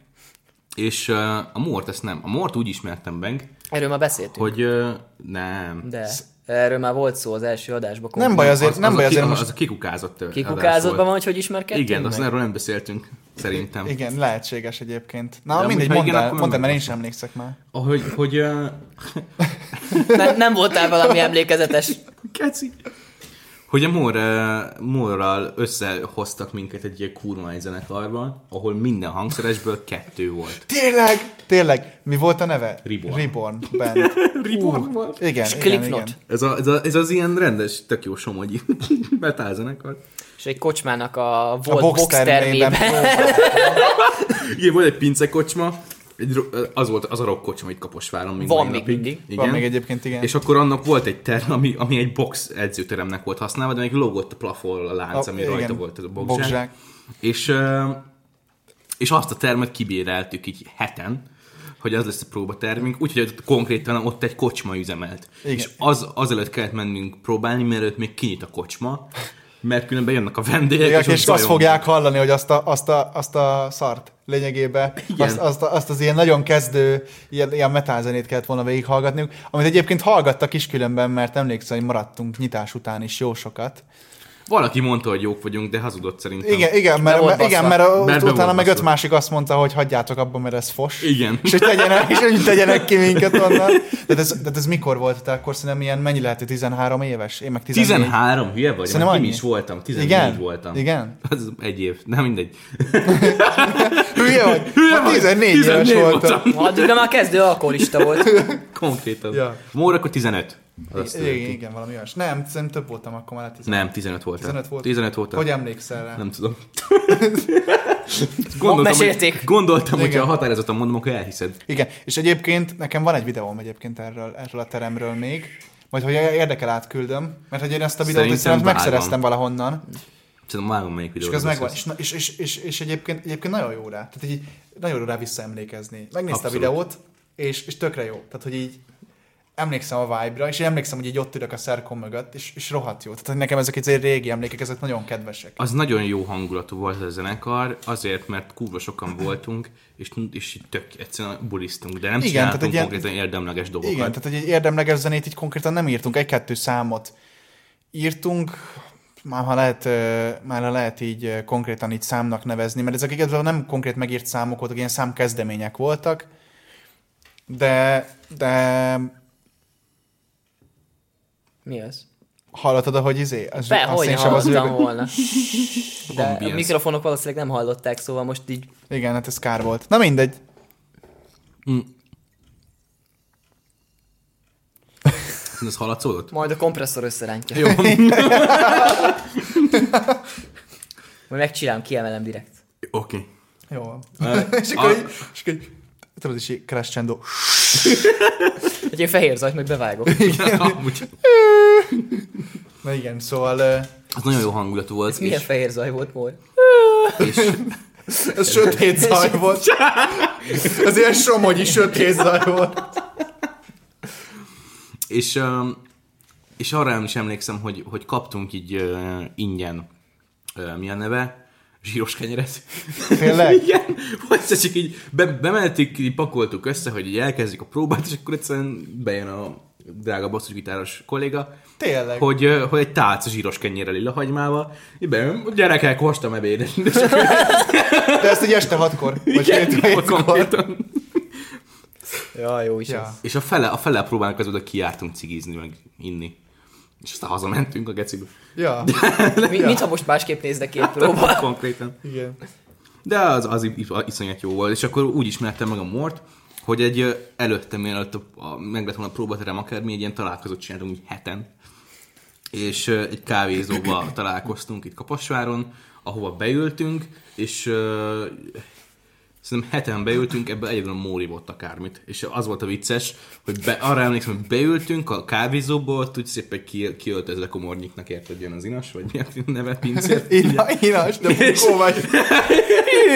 és uh, a Mort ezt nem. A Mort úgy ismertem meg,
Erről már beszéltünk.
hogy uh, nem.
De. Erről már volt szó az első adásban.
Nem baj, azért,
az,
nem
az
baj,
a, ki-
azért
az,
most...
az a kikukázott ö, adás
Kikukázottban
volt.
van, hogy hogy ismerkedtünk?
Igen, de azt
meg?
erről nem beszéltünk, szerintem.
Igen, lehetséges egyébként.
De
Na,
amúgy,
mindegy,
ha igen,
mondd el,
akkor nem
mondd el, mert én sem
megmondom.
emlékszek már.
Ahogy, hogy... ö,
nem, nem voltál valami emlékezetes.
Keci. Hogy a Mór, eh, Mórral összehoztak minket egy ilyen kurva egy zenekarban, ahol minden hangszeresből kettő volt.
Tényleg, tényleg. Mi volt a neve?
Reborn.
Reborn band.
Reborn volt.
Igen,
És
igen,
Slipknot.
igen.
Ez, a, ez, a, ez az ilyen rendes, tök jó somogyi metálzenekar.
És egy kocsmának a
A
volt
box,
box
termében.
termében.
Igen, volt egy pincekocsma, egy, ro- az volt az a rockkocsma itt Kaposváron. Még
Van
mai
még
napig.
mindig.
Igen.
Van még egyébként, igen.
És akkor annak volt egy term, ami, ami egy box edzőteremnek volt használva, de még lógott a plafon a lánc,
A-
ami
igen,
rajta volt ez a boxzsák.
boxzsák.
És, ö, és azt a termet kibéreltük így heten, hogy az lesz a próbatermünk, úgyhogy ott konkrétan ott egy kocsma üzemelt.
Igen.
És az, azelőtt kellett mennünk próbálni, mielőtt még kinyit a kocsma, mert különben jönnek a vendégek,
Igen,
ott
és azt
zajong.
fogják hallani, hogy azt a, azt a, azt a szart lényegében,
Igen.
azt, azt, a- azt, az ilyen nagyon kezdő, ilyen, ilyen metálzenét kellett volna végighallgatniuk, amit egyébként hallgattak is különben, mert emlékszem, hogy maradtunk nyitás után is jó sokat.
Valaki mondta, hogy jók vagyunk, de hazudott szerintem.
Igen, igen, mert,
volt
mert, igen,
baszva.
mert, a-
Mert be
utána
volt
meg
baszva.
öt másik azt mondta, hogy hagyjátok abba, mert ez fos.
Igen.
És hogy tegyenek, és hogy tegyenek ki minket onnan. De ez, de ez mikor volt? Tehát akkor szerintem ilyen mennyi lehet, hogy 13 éves? Én meg 14.
13 hülye vagy?
Szerintem
Szerintem
annyi.
Kim is voltam, 14
Igen?
voltam.
Igen?
Az egy év, nem mindegy.
Hülye vagy? Hülye
vagy?
14, éves
14
voltam.
Addigra már kezdő alkoholista volt.
Konkrétan.
Ja.
Ja. Mór akkor 15. Az azt
Igen,
jelenti.
igen, igen, valami olyas. Nem, szerintem több voltam akkor már 15.
Nem, 15 voltál.
15 volt.
15 voltál.
Hogy emlékszel rá?
Nem tudom.
mesélték.
hogy, gondoltam hogy
Igen.
ha határozottan mondom, akkor elhiszed.
Igen, és egyébként nekem van egy videóm egyébként erről, erről a teremről még. Majd, hogy érdekel, átküldöm. Mert hogy én ezt a videót
Szerintem
egyszerűen
vágom.
megszereztem valahonnan.
Szerintem vágom melyik
És
videóra
közben megvan.
beszélsz.
És, és, és, és, és egyébként, egyébként nagyon jó rá. Tehát így nagyon jó rá visszaemlékezni. Megnézte a
Abszolút.
videót, és, és tökre jó. Tehát, hogy így emlékszem a vibe-ra, és én emlékszem, hogy így ott ülök a szerkom mögött, és, és rohadt jó. Tehát hogy nekem ezek egy régi emlékek, ezek nagyon kedvesek.
Az nagyon jó hangulatú volt ez a zenekar, azért, mert kurva sokan voltunk, és, és így tök egyszerűen bulisztunk, de nem
Igen,
Igen,
tehát
csináltunk
egy
tehát
ilyen-
konkrétan érdemleges dolgokat.
Igen, tehát hogy egy érdemleges zenét így konkrétan nem írtunk, egy-kettő számot írtunk, már ha lehet, ö, már ha lehet így ö, konkrétan így számnak nevezni, mert ezek igazából nem konkrét megírt számok voltak, ilyen számkezdemények voltak, de, de
Mi az?
hallottad, ahogy izé? Az,
Be, hogy
én sem az
hallottam
űrbe-
volna. De a
Ambience.
mikrofonok valószínűleg nem hallották, szóval most így
Igen, hát ez kár volt. Na mindegy.
Ez halatszódott?
majd a kompresszor összerántja.
Jó.
Majd megcsinálom, kiemelem direkt.
Oké. Okay.
Jó van.
Eh,
és akkor
a-
így, és akkor így, tudod is, így crescendo.
Egy ilyen fehér zajt meg bevágok.
Igen, amúgy.
Na igen, szóval ö,
Az nagyon jó hangulatú volt.
Milyen
És,
fehér zaj volt, Mór?
és,
ez sötét zaj volt. Ez ilyen somogyi sötét zaj volt.
És, öm, és arra nem is emlékszem, hogy, hogy kaptunk így ö, ingyen, ö, mi a neve? Zsíros kenyeret.
Tényleg?
Igen. Vagy egyszer csak így be, bementük, így pakoltuk össze, hogy így elkezdjük a próbát, és akkor egyszerűen bejön a drága basszusgitáros kolléga,
Tényleg.
hogy, ö, hogy egy tálca zsíros kenyérrel lila hagymával. Így bejön, gyerekek, hoztam ebédet.
De ezt egy este hatkor, vagy
Igen,
hét hétkor.
konkrétan.
Ja, jó is
Ja.
És a fele, a fele a próbának az oda kijártunk cigizni, meg inni. És aztán hazamentünk a gecibe.
ja.
ez. Mi, mit, ha most másképp néznek ki egy próba?
Konkrétan.
Igen.
De az, az is- iszonyat jó volt, és akkor úgy ismertem meg a Mort, hogy egy ö, előtte, mielőtt a, a, meg lett volna a próbaterem, akár mi egy ilyen találkozót csináltunk, úgy heten, és ö, egy kávézóba találkoztunk itt Kaposváron, ahova beültünk, és ö, szerintem heten beültünk, ebbe egyedül a Móri volt akármit. És az volt a vicces, hogy be, arra emlékszem, hogy beültünk a kávézóba, ott úgy szépen ki, kiöltözve komornyiknak érted, jön az inas, vagy mi a neve, pincér.
Ina, inas, de bunkó vagy.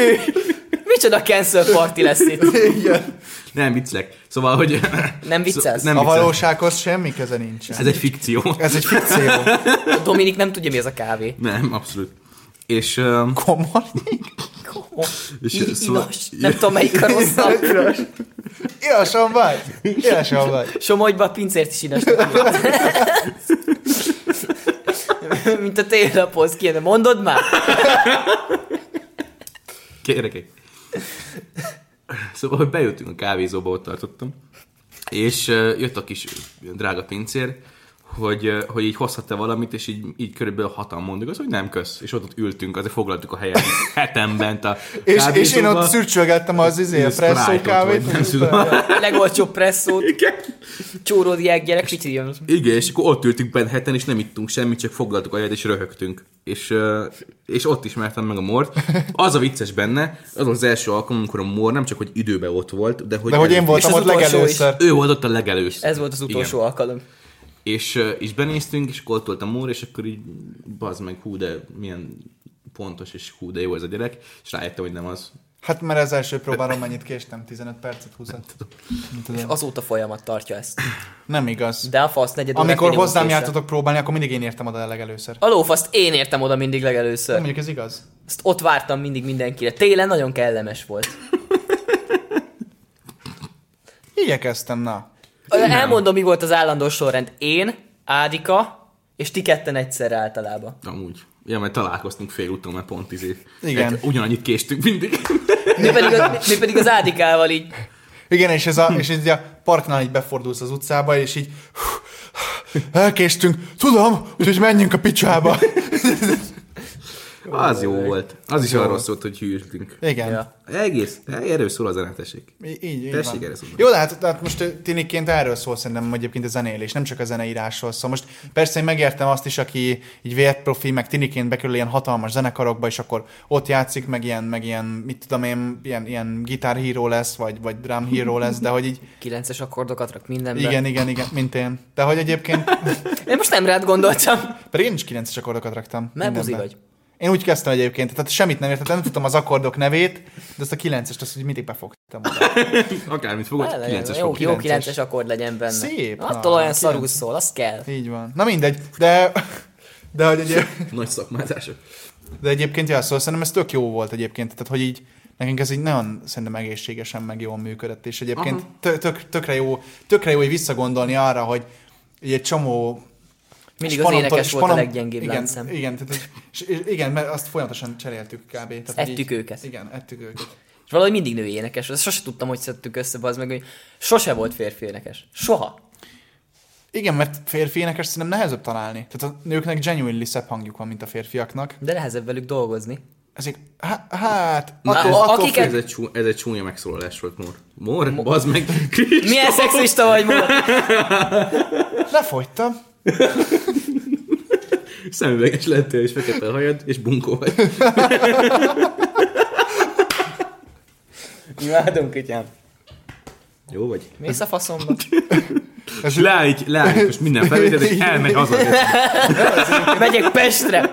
Micsoda cancel party lesz itt?
Igen.
Nem viccelek. Szóval, hogy...
Nem viccelsz?
Szó-
A
nem viccelek.
valósághoz semmi köze nincsen.
Ez egy fikció.
Ez egy fikció.
Dominik nem tudja, mi ez a kávé.
Nem, abszolút. És, öm,
Komor.
Oh,
és
így
szóval-
inas. Nem tudom, melyik a rosszabb.
Ilasan vagy! Ilasan vagy!
Somogyba a pincért is idastak. Mint a télaphoz kéne. Mondod már?
Gyerekek. Szóval, hogy bejöttünk a kávézóba, ott tartottam, és ö, jött a kis drága pincér, hogy, ö, hogy így hozhat-e valamit, és így, így körülbelül hatan mondjuk, az, hogy nem kösz. És ott, ott ültünk, azért foglaltuk a helyet heten bent a
És, és én
kávézóba.
ott szürcsölgettem az izé, a
Sprite-ot,
presszó kávét.
vagy nem tudom.
Legolcsóbb presszót,
Igen.
csóródiák gyerek, kicsi jön.
Igen, és akkor ott ültünk bent heten, és nem ittunk semmit, csak foglaltuk a helyet, és röhögtünk. És, ö, és ott ismertem meg a mort. Az a vicces benne, az az első alkalom, amikor a mor nem csak, hogy időben ott volt, de hogy,
De hogy én
előbb-
voltam
És az
ott
utolsó
legelőször.
Ő volt ott a legelőször.
Ez volt az utolsó
Igen.
alkalom.
És, ö, és benéztünk, és akkor ott volt a mór, és akkor így bazd meg, hú, de milyen pontos, és hú, de jó ez a gyerek, és rájöttem, hogy nem az.
Hát mert az első próbára mennyit késtem? 15 percet, 20 Nem
És
tudom.
azóta folyamat tartja ezt.
Nem igaz.
De a fasz negyed órát
Amikor
minimum
hozzám
készen.
jártatok próbálni, akkor mindig én értem oda a legelőször.
A lófaszt én értem oda mindig legelőször.
Mondjuk ez igaz.
Ezt ott vártam mindig mindenkire. Télen nagyon kellemes volt.
Igyekeztem, na.
Nem. Elmondom, mi volt az állandó sorrend. Én, Ádika, és ti ketten egyszerre általában.
Amúgy. Ja, mert találkoztunk fél úton, mert pont izé.
Igen.
Hát Ugyanannyit késtünk mindig.
Mi pedig, az, mi pedig az Ádikával így
Igen, és ez a, és így a parknál így befordulsz az utcába, és így elkéstünk, tudom, úgyhogy menjünk a picsába.
az jó volt. Az is arról szólt, hogy hűltünk.
Igen.
Ja.
Ja.
Egész. Erről szól a zenetesség.
Így, így
Tessék
van.
erre szóval.
Jó, de hát, de hát most ö, tiniként erről szól szerintem egyébként a zenélés, nem csak a zeneírásról szól. Most persze én megértem azt is, aki így vérprofi, meg tiniként bekerül ilyen hatalmas zenekarokba, és akkor ott játszik, meg ilyen, meg ilyen mit tudom én, ilyen, ilyen gitárhíró lesz, vagy, vagy drámhíró lesz, de hogy így,
kilences akkordokat rak mindenben.
igen, igen, igen, mint én. De hogy egyébként,
Én most nem rád gondoltam.
pedig én is 9-es akkordokat raktam.
Mert buzi
mindenbe.
vagy.
Én úgy kezdtem egyébként, tehát semmit nem értettem, nem tudtam az akkordok nevét, de ezt a 9-est, azt úgy mindig befogtam. oda.
Akármit fogod,
Elején,
9-es
jó,
fog.
jó
kilences.
kilences akkord legyen benne.
Szép, Ah,
Attól
na,
olyan
kilences.
szarú szól, az kell.
Így van. Na mindegy, de... De hogy egyébként...
Nagy szakmázások.
De egyébként, ja, szóval szerintem ez tök jó volt egyébként, tehát hogy így nekünk ez így nagyon szerintem egészségesen meg jól működött, és egyébként tö- tök, tökre, jó, tökre jó így visszagondolni arra, hogy így egy csomó
Mindig
spanom-
az énekes volt a
spanom-
leggyengébb
igen,
láncszem.
Igen, tehát, egy- és, és, igen, mert azt folyamatosan cseréltük kb. Tehát, hogy
ettük
így,
őket.
Igen, ettük őket.
És valahogy mindig női énekes volt. Ezt Sose tudtam, hogy szedtük össze, az meg, hogy sose volt férfi énekes. Soha.
Igen, mert férfi énekes szerintem nehezebb találni. Tehát a nőknek genuinely szebb hangjuk van, mint a férfiaknak.
De nehezebb velük dolgozni.
Ezek, há, hát,
Na,
attól,
a-
attól
akik-
függ.
Ez egy, csú, ez egy csúnya megszólalás volt, Mór. Mór? Mór? Bazd meg. Kristóf!
Milyen szexista vagy, Mór?
Lefogytam.
Szemüveges lettél, és fekete a hajad, és bunkó vagy.
Imádom, kutyám.
Jó vagy?
Mész a faszomba?
És leállít, leállít most minden felvételt, és elmegy haza.
Megyek Pestre!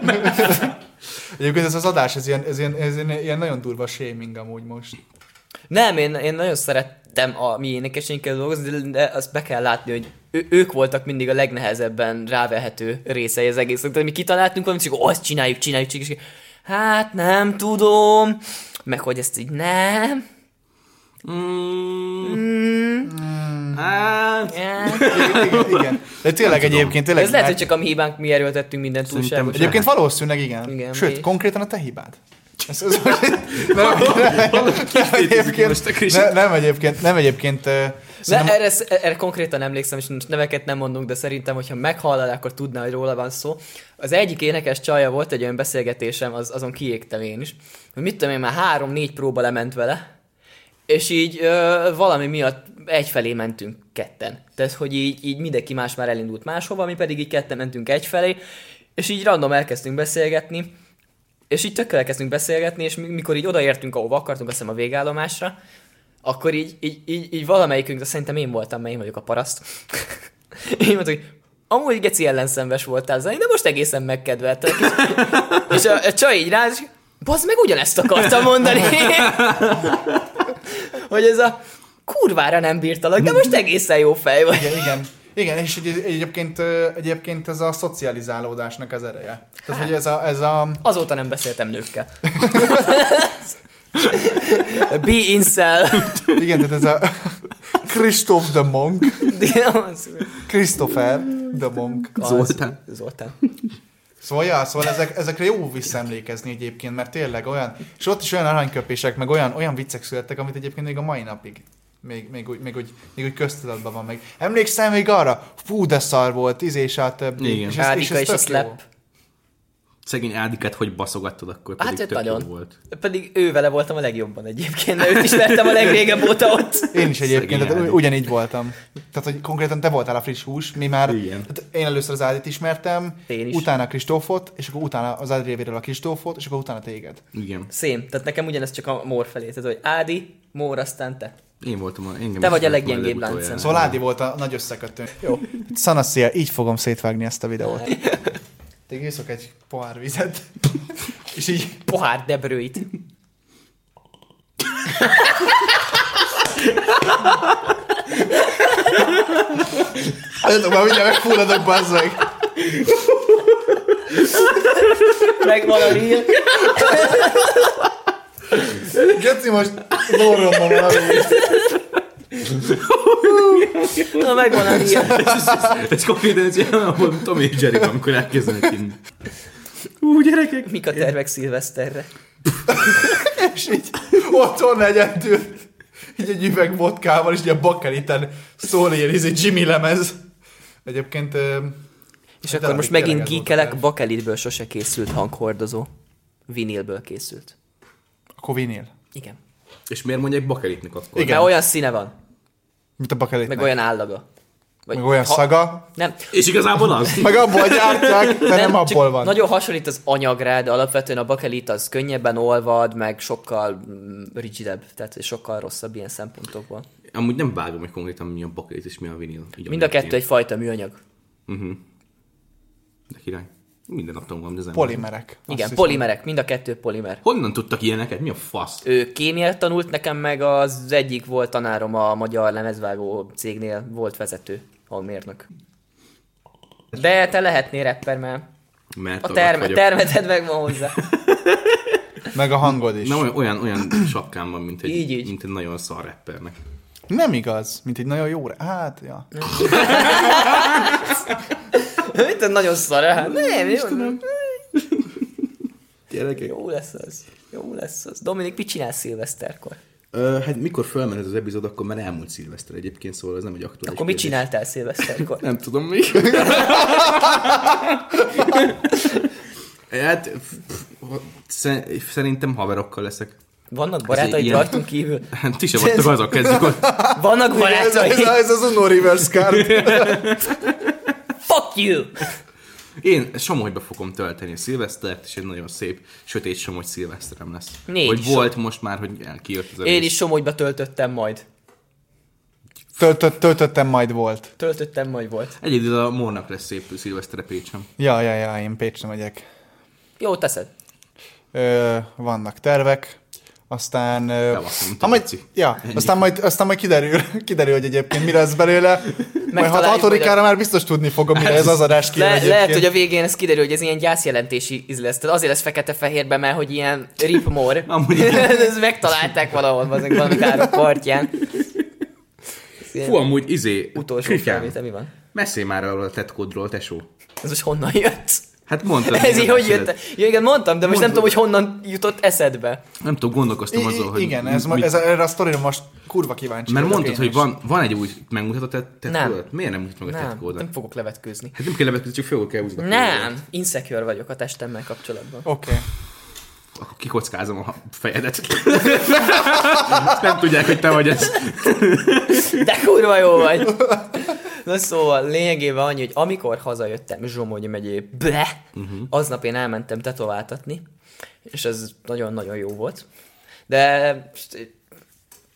Egyébként ez az adás, ez ilyen, ez ilyen, ez ilyen, ilyen nagyon durva shaming amúgy most.
Nem, én, én nagyon szerettem a mi énekeseinkkel dolgozni, de- de azt be kell látni, hogy ő, ők voltak mindig a legnehezebben rávehető részei az egésznek. Tehát mi kitaláltunk valamit, és akkor "Ó, ezt csináljuk, csináljuk, csináljuk. és így, Hát nem tudom, meg hogy ezt így nem.
Mm,
Mm,
hát,
yeah.
Igen, igen. De tényleg
tudom.
egyébként, tényleg.
Ez lehet,
már-
hogy csak a mi hibánk, mi erőltettünk minden
Szerintem
túlságosan.
Egyébként valószínűleg igen.
Igen,
igen Sőt,
mi?
konkrétan a te hibád. Ez, ez most... nem, nem, nem, egyébként,
most a Krisztus.
ne, nem egyébként, nem egyébként, ö,
De
szerintem,
erre, erre konkrétan emlékszem, és most neveket nem mondunk, de szerintem, hogyha meghallaná, akkor tudná, hogy róla van szó. Az egyik énekes csaja volt egy olyan beszélgetésem, az, azon kiégtem én is, hogy mit tudom én, már három-négy próba lement vele, és így ö, valami miatt egyfelé mentünk ketten. Tehát, hogy így, így mindenki más már elindult máshova, mi pedig így ketten mentünk egyfelé, és így random elkezdtünk beszélgetni, és így tökkel elkezdtünk beszélgetni, és mi- mikor így odaértünk, ahova akartunk, azt hiszem a végállomásra, akkor így, így, így, így valamelyikünk, de szerintem én voltam, mert én vagyok a paraszt. én mondtam, hogy amúgy geci ellenszenves voltál, Zani, de most egészen megkedveltek. és a, a csaj így rád, és bazd meg ugyanezt akartam mondani. hogy ez a kurvára nem bírtalak, de most egészen jó fej vagy.
igen, igen. Igen, és egy- egyébként, ö, egyébként ez a szocializálódásnak az ereje. Tehát, hogy ez a, ez a
Azóta nem beszéltem nőkkel. Be incel.
Igen, tehát ez a... Christoph de Monk.
De az...
Christopher de Monk.
Zoltán.
Zoltán.
Szóval, ja, szóval ezek, ezekre jó visszaemlékezni egyébként, mert tényleg olyan, és ott is olyan aranyköpések, meg olyan, olyan viccek születtek, amit egyébként még a mai napig még, még, úgy, még, úgy, még úgy köztudatban van meg. Emlékszem még arra, fú, de szar volt, izé, és a többi.
Igen.
És
Ádika és a
tök jó.
Slap.
Szegény Ádikát hogy baszogattad akkor,
Hát
pedig
őt
tök
nagyon.
jó volt.
Pedig ő vele voltam a legjobban egyébként, de őt is lettem a legrégebb óta ott.
Én is egyébként,
Szegény
tehát ugy-
Ádi.
ugyanígy voltam. Tehát, hogy konkrétan te voltál a friss hús, mi már,
Igen.
tehát én először az Ádit ismertem,
Én is.
utána Kristófot, és akkor utána az Ádi révéről a Kristófot, és akkor utána téged.
Igen.
Szém, tehát nekem ugyanez csak a Mór felé, tehát hogy Ádi, Mór, aztán te.
Én voltam a... Engem
Te
is
vagy a
láttam
leggyengébb
legutoljára.
láncem.
Szóval Ádi volt a nagy összekötő. Jó. Szanaszia, így fogom szétvágni ezt a videót. Tényleg iszok egy pohár vizet. És így...
Pohár Debrőit.
Adjatok már mindjárt megfulladok, bazd meg.
Megvan a ríl.
Geci most lóromban van a víz.
Na, megvan a ríl.
Ez konfidenciál, ahol Tom és Jerry, amikor elkezdenek inni. Ú, gyerekek!
Mik a tervek szilveszterre?
És így otthon egyedül. Így egy üveg vodkával, és így a bakkeliten szól ilyen izé Jimmy lemez. Egyébként... ö,
És
hát
akkor most
tényleg
megint
ez volt a
geekelek,
terv.
bakelitből sose készült hanghordozó. Vinilből készült.
Akkor vinil.
Igen.
És miért mondják bakelitnek akkor?
Igen.
Igen. Mert olyan színe van,
Mit a bakelitnek?
meg olyan állaga. Vagy
meg olyan
ha-
szaga.
Nem,
És igazából az?
Meg abból gyártják, de nem,
csak
abból van.
Nagyon hasonlít az anyagra, de alapvetően a bakelit az könnyebben olvad, meg sokkal mm, rigidebb, tehát sokkal rosszabb ilyen szempontokból.
Amúgy nem vágom, hogy konkrétan mi a bakelit és mi a vinil. Így
Mind a
amúgy
kettő egy fajta műanyag.
De király. Minden nap tanulom, de ez ember.
Polimerek. Azt
Igen,
hiszem.
polimerek, mind a kettő polimer.
Honnan tudtak ilyeneket? Mi a fasz?
Ő kémiát tanult, nekem meg az egyik volt tanárom a magyar lemezvágó cégnél, volt vezető, hangmérnök. De te lehetnél rapper, mert
Mert
a
tagad
terme,
vagyok.
termeted meg van hozzá.
Meg a hangod is.
Na, olyan, olyan, olyan sapkám van, mint egy,
Így, így.
mint egy nagyon szar rappernek.
Nem igaz, mint egy nagyon jó... rá- Hát, ja.
Itt nagyon szar, hát nem, jó, nem.
Gyerekek.
jó lesz az. Jó lesz az. Dominik, mit csinálsz szilveszterkor?
Ö, hát mikor fölment ez az epizód, akkor már elmúlt szilveszter egyébként, szóval ez nem egy aktuális
Akkor mit
kérdés.
csináltál szilveszterkor?
Nem tudom még. hát pff, sze- szerintem haverokkal leszek.
Vannak
Ez egy
barátaid
ilyen-
rajtunk kívül?
Hát ti sem vagytok azok, kezdjük ott.
Vannak
Ez, ez,
barátaid?
ez az Uno Reverse card.
Fuck you!
Én Somogyba fogom tölteni a szilvesztert, és egy nagyon szép, sötét Somogy szilveszterem lesz.
Négy
Hogy
Somogy.
volt most már, hogy el- kijött az
Én
egész.
is Somogyba töltöttem majd.
Töltött, töltöttem, majd volt.
Töltöttem majd volt.
Egyedül a Mornak lesz szép szilvesztere Pécsem.
Ja, ja, ja, én Pécsre megyek.
Jó, teszed.
Ö, vannak tervek, aztán... ö,
Bevaszom,
ha majd,
Tici.
ja,
Ennyi.
aztán majd, aztán majd kiderül, kiderül, hogy egyébként mi lesz belőle. Majd hat
majd
hatodikára
a-
már biztos tudni fogom, mire ez az adás kijön
Le- lehet, hogy
egyébként.
a végén ez kiderül, hogy ez ilyen gyászjelentési íz lesz. Tehát azért lesz fekete-fehérben, mert hogy ilyen ripmor.
Amúgy-
ezt megtalálták valahol, azok valami károk partján. Ez ilyen
Fú, amúgy izé,
utolsó
Krityám,
felvétel, mi van?
Mesélj már arról a tetkódról, tesó.
Ez most honnan jött?
Hát mondtad.
Ez
hogy
így hogy
mesélet.
jött? Ja, igen, mondtam, de most nem
Mondtad.
tudom, hogy honnan jutott eszedbe.
Nem tudom, gondolkoztam
I-
azon,
i-
hogy...
Igen, ez, ma,
mit-
ez, erre a sztorira most kurva kíváncsi.
Mert
vagyok
mondtad,
én
hogy
is.
van, van egy új megmutatott tet- tetkódat.
Nem.
Miért nem mutat meg a
Nem,
tetkódat?
nem fogok levetkőzni.
Hát nem kell levetkezni, csak föl kell húzni. a kódodat.
Nem, insecure vagyok a testemmel kapcsolatban.
Oké. Okay.
Akkor kikockázom a fejedet. nem tudják, hogy te vagy ez.
De kurva jó vagy! Na szóval lényegében annyi, hogy amikor hazajöttem Zsomogy megyébe, uh-huh. aznap én elmentem tetováltatni, és ez nagyon-nagyon jó volt. De most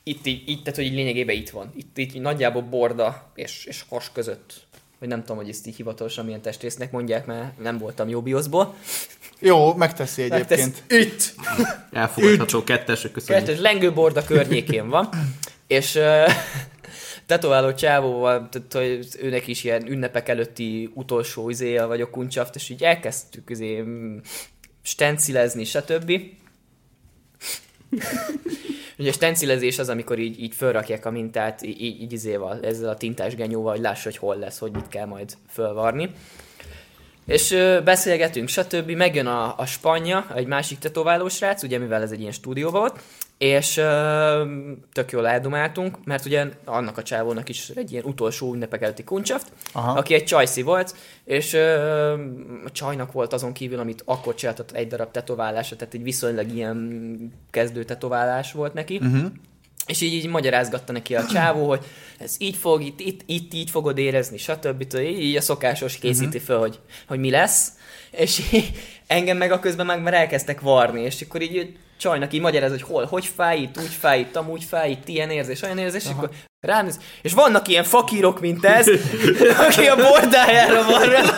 itt, így, itt tehát hogy így lényegében itt van. Itt, itt nagyjából borda és, és has között. Vagy nem tudom, hogy ezt így hivatalosan milyen testrésznek mondják, mert nem voltam jó bioszból.
Jó, megteszi egyébként.
Megtesz- Itt!
Elfogadható kettesek, köszönjük.
Kettős lengőborda környékén van, és ö, tetováló csávóval, tehát hogy őnek is ilyen ünnepek előtti utolsó izéja vagyok kuncsaft, és így elkezdtük izé mm, stencilezni, stb. Ugye a stencilezés az, amikor így, így fölrakják a mintát, így, így, így izéval, ezzel a tintás genyóval, hogy láss, hogy hol lesz, hogy mit kell majd fölvarni. És ö, beszélgetünk, stb. Megjön a, a spanya, egy másik tetováló srác, ugye mivel ez egy ilyen stúdióban volt, és ö, tök jól eldumáltunk, mert ugye annak a csávónak is egy ilyen utolsó ünnepek előtti kuncsaft,
Aha.
aki egy csajszi volt, és ö, a csajnak volt azon kívül, amit akkor csináltott egy darab tetoválása, tehát egy viszonylag ilyen kezdő tetoválás volt neki. Uh-huh. És így, így magyarázgatta neki a csávó, hogy ez így fog, itt, itt, itt így fogod érezni, stb. Tudod, Így, így a szokásos készíti föl, hogy, hogy mi lesz. És így, engem meg a közben meg már elkezdtek varni, és akkor így csajnak így magyaráz, hogy hol, hogy fáj, itt úgy fáj, itt amúgy fáj, itt ilyen érzés, olyan érzés, és akkor rám néz, és vannak ilyen fakírok, mint ez, aki a bordájára van rá.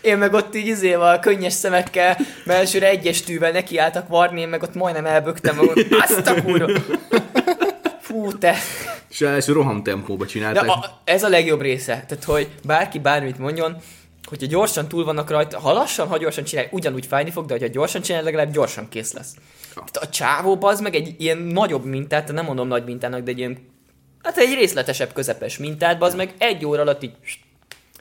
Én meg ott így izéval, könnyes szemekkel, mert elsőre egyes tűvel nekiálltak varni, én meg ott majdnem elbögtem magam. Azt a kurva! Fú, te!
És ráadásul roham tempóba
De
csinálták.
a, ez a legjobb része. Tehát, hogy bárki bármit mondjon, hogyha gyorsan túl vannak rajta, ha lassan, ha gyorsan csinálj, ugyanúgy fájni fog, de ha gyorsan csinálj, legalább gyorsan kész lesz. Tehát a csávó az meg egy ilyen nagyobb mintát, nem mondom nagy mintának, de egy ilyen, hát egy részletesebb, közepes mintát, az meg egy óra alatt így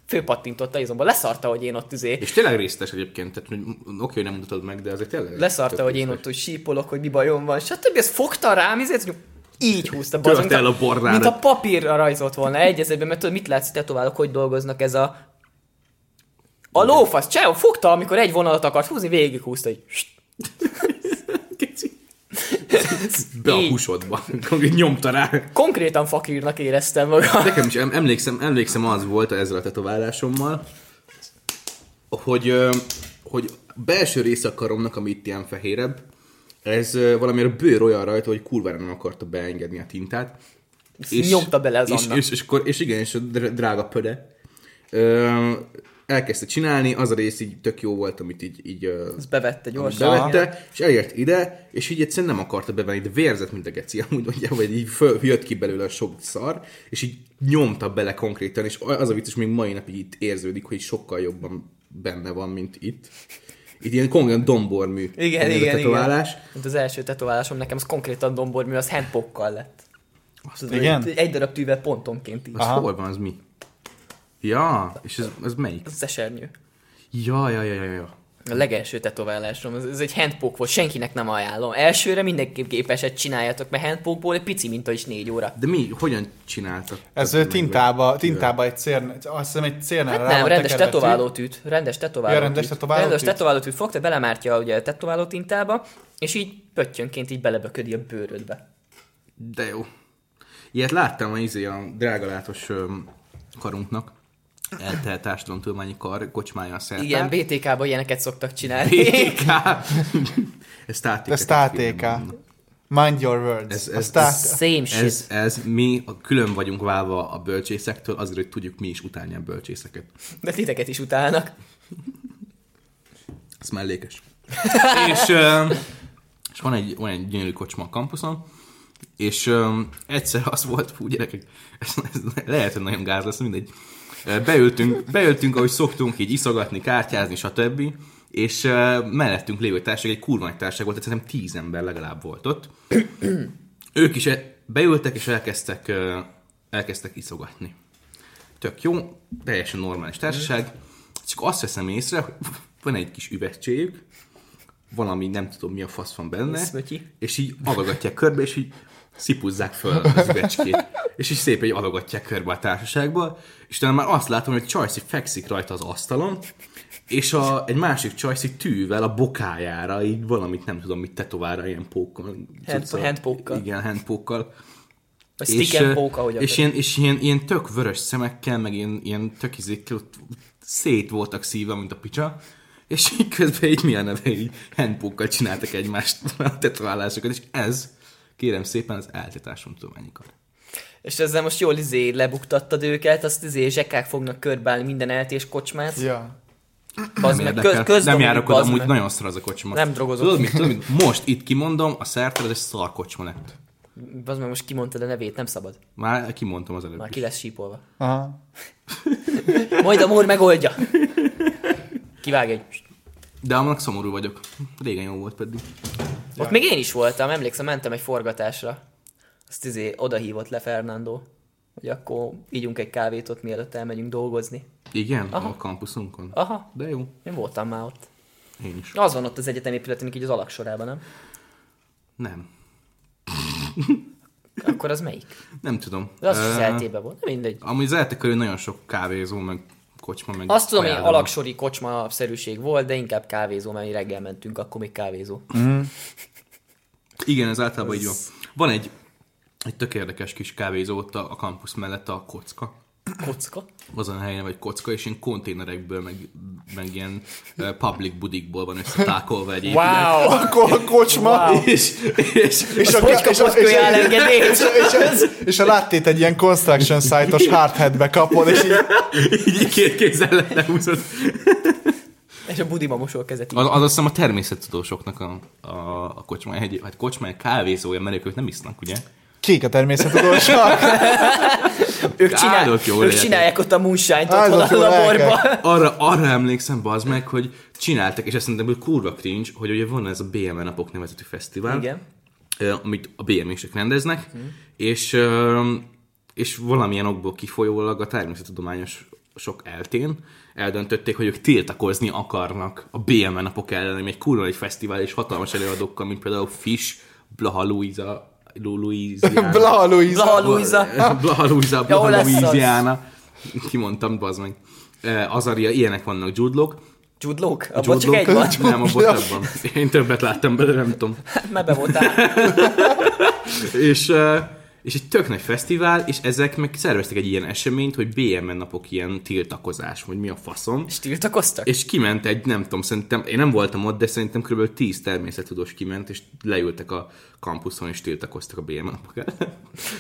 főpattintotta izomba, leszarta, hogy én ott izé, üzé.
És tényleg részletes egyébként, tehát hogy m- oké, hogy nem mutatod meg, de azért tényleg...
Leszarta,
tök
hogy én
részletes.
ott úgy sípolok, hogy mi bajom van, stb. Ez fogta rám, ezért hogy így húzta
Tört
bazd meg,
el
mint
a bordára.
Mint a papírra rajzolt volna egy ezerben, mert tudod, mit látsz, tetoválok, hogy dolgoznak ez a... A lófasz, csáó, fogta, amikor egy vonalat akart húzni, végig húzta, hogy
Kicsi. Be a
Így.
húsodba. Konkrét nyomta rá.
konkrétan fakírnak éreztem magam.
Nekem is em- emlékszem, emlékszem az volt ezzel a tetoválásommal, hogy, ö, hogy belső része a karomnak, ami itt ilyen fehérebb, ez ö, valamiért a bőr olyan rajta, hogy kurvára nem akarta beengedni a tintát.
nyomta bele az
és,
Anna.
és, és, akkor, és igen, és a dr- drága pöde ö, elkezdte csinálni, az a rész így tök jó volt, amit így, így ö,
Ezt bevette gyorsan.
bevette, és elért ide, és így egyszerűen nem akarta bevenni, de vérzett, mint a geci, amúgy mondja, vagy így föl, jött ki belőle a sok szar, és így nyomta bele konkrétan, és az a vicces, még mai napig itt érződik, hogy sokkal jobban benne van, mint itt. Itt ilyen konkrétan dombormű.
Igen,
ez a
igen,
tetoválás.
igen. Mint az első tetoválásom nekem, az konkrétan dombormű, az hempokkal lett. Tudod,
igen?
egy- Egy darab tűvel pontonként így.
Az hol van, az mi? Ja, és ez, ez melyik?
Az esernyő.
Ja, ja, ja, ja, ja.
A legelső tetoválásom, ez, ez egy handpók volt, senkinek nem ajánlom. Elsőre mindenképp gépeset csináljatok, mert handpókból egy pici minta is négy óra.
De mi, hogyan csináltak?
Ez ö, tintába, tintába egy cérn, azt hiszem egy cérnel
Hát
rá
nem,
van
rendes
tekerve tű.
tetoválótűt. Rendes tetoválótűt.
Ja, rendes tetoválótűt.
Rendes tetoválótűt fogta, belemártja ugye a tetoválótintába, és így pöttyönként így beleböködi a bőrödbe.
De jó. Ilyet láttam a izé a drágalátos öm, karunknak. Eltelt társadalomtudományi kar kocsmája a szerte.
Hát-
Igen, BTK-ban ilyeneket szoktak csinálni.
BTK. ez táték.
Ez TTK. Mind your words.
Ez- ez-
Ez, ez, ez,
Same shit.
Ez, ez, mi a, külön vagyunk válva a bölcsészektől, azért, hogy tudjuk mi is utálni a bölcsészeket.
De titeket is utálnak.
Ez mellékes. és, öm, és van egy, van egy gyönyörű kocsma a kampuszon, és öm, egyszer az volt, fú gyerekek, ez, ez lehet, hogy nagyon gáz lesz, mindegy. Ö, Beültünk, beültünk ahogy szoktunk, így iszogatni, kártyázni, stb. És ö, mellettünk lévő társaság egy kurva nagy társaság volt, tehát szerintem tíz ember legalább volt ott. Ők is e- beültek, és elkezdtek, ö, elkezdtek iszogatni tök jó, teljesen normális társaság, csak azt veszem észre, hogy van egy kis üvegcséjük, valami nem tudom mi a fasz van benne,
Szmötyi.
és így adagatják körbe, és így szipuzzák föl az üvegcskét. és így szépen így adagatják körbe a társaságba, és utána már azt látom, hogy Csajci fekszik rajta az asztalon, és a, egy másik Csajci tűvel a bokájára, így valamit nem tudom mit tetovára, ilyen pókkal.
Hand-
cuccal.
handpókkal.
Igen, handpókkal.
Vagy stick and
ö,
poke, ahogy
és, ilyen, és ilyen, ilyen tök vörös szemekkel, meg ilyen, ilyen tök izékkel ott szét voltak szívem, mint a picsa. És így közben így milyen neve, így handpókkal csináltak egymást a tetoválásokat, és ez, kérem szépen, az eltetásom tudományikar.
És ezzel most jól izé lebuktattad őket, azt izé zsekák fognak körbálni minden eltés kocsmát.
ja.
Bazd
Nem
meg,
érdekel,
köz-
nem járok oda,
bazd
amúgy
meg.
nagyon szar az a kocsma.
Nem drogozok.
Tudod, mit, tudod, mit? most itt kimondom, a szerteled egy szar kocsma lett.
Az meg most kimondtad a nevét, nem szabad.
Már kimondtam az előbb.
Már
is.
ki lesz sípolva.
Aha.
Majd a mór megoldja. Kivág egy.
De annak szomorú vagyok. Régen jó volt pedig.
Ott még én is voltam, emlékszem, mentem egy forgatásra. Azt izé oda hívott le Fernando, hogy akkor ígyunk egy kávét ott, mielőtt elmegyünk dolgozni.
Igen? Aha. A kampuszunkon?
Aha,
De jó,
én voltam már ott.
én is.
Az van ott az egyetem épületének így az alaksorában, nem?
Nem.
Akkor az melyik?
Nem tudom.
De az is az
Ö,
eltében volt, Na mindegy.
Amúgy az ELTE körül nagyon sok kávézó, meg kocsma, meg...
Azt tudom, hogy
kajáló.
alaksori kocsma szerűség volt, de inkább kávézó, mert mi reggel mentünk, akkor még kávézó.
Igen, ez általában így van. Van egy, egy tök érdekes kis kávézó ott a, a kampusz mellett a kocka.
Kocka.
Azon a helyen vagy kocka, és ilyen konténerekből, meg, meg ilyen ö, public budikból van összetákolva egy épület.
Wow!
Akkor a kocsma, wow.
És, és, és
a,
Hogy kapott kölyelengedélyt?
és, és, és, és a láttét egy ilyen construction site-os hardheadbe kapod, és így
így két kézzel le- lehúzott.
És a budima mosol kezet.
Az, az azt hiszem a természettudósoknak a, a, a kocsma, egy, hát kocsma, kávézója, mert ők ők nem isznak, ugye?
kék a természetudósak.
Ők, csinál,
Áldott jól
ők
legyetek.
csinálják ott a moonshine-t ott
Áldott
van a
jól
laborban.
lelkek.
Arra, arra emlékszem, bazd meg, hogy csináltak, és ezt szerintem hogy kurva cringe, hogy ugye van ez a BME napok nevezetű fesztivál,
Igen.
ö, amit a BME-sek rendeznek, és, ö, és valamilyen okból kifolyólag a természettudományos sok eltén eldöntötték, hogy ők tiltakozni akarnak a BME napok ellen, ami egy kurva egy fesztivál, és hatalmas előadókkal, mint például Fish, Blaha Luisa, Louisiana.
Blaha Luisa.
Blaha Luisa.
Blaha Luisa, Blaha
lesz az.
Louisiana. Kimondtam, bazd meg. Eh, Azaria, ilyenek vannak judlok.
Csudlók? Abban csak egy van.
Nem, abban több van. Én többet láttam belőle, nem tudom.
Már be voltál.
És, eh, és egy tök nagy fesztivál, és ezek meg szerveztek egy ilyen eseményt, hogy BMN napok ilyen tiltakozás, hogy mi a faszom.
És tiltakoztak?
És kiment egy, nem tudom, szerintem, én nem voltam ott, de szerintem kb. 10 természettudós kiment, és leültek a kampuszon, és tiltakoztak a BMN napok ellen.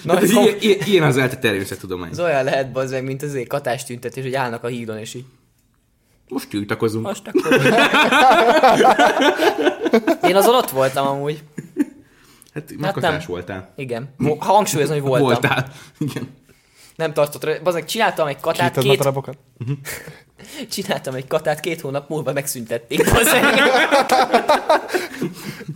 Na,
Hát ez
kom-
ilyen, ilyen, ilyen az ELTE természettudomány.
Ez olyan lehet bazd meg, mint az egy katás tüntetés, hogy állnak a hídon, és így
Most tiltakozunk.
most akkor... Én azon ott voltam amúgy.
Hát megkatás
nem.
voltál.
Igen. Mo- Ha hangsúlyozom, hogy voltam. Voltál.
Voltál. Igen.
Nem tartott rá. Bazd meg, csináltam egy katát,
Kiittad a
két,
darabokat?
csináltam egy katát, két hónap múlva megszüntették. Bazd meg.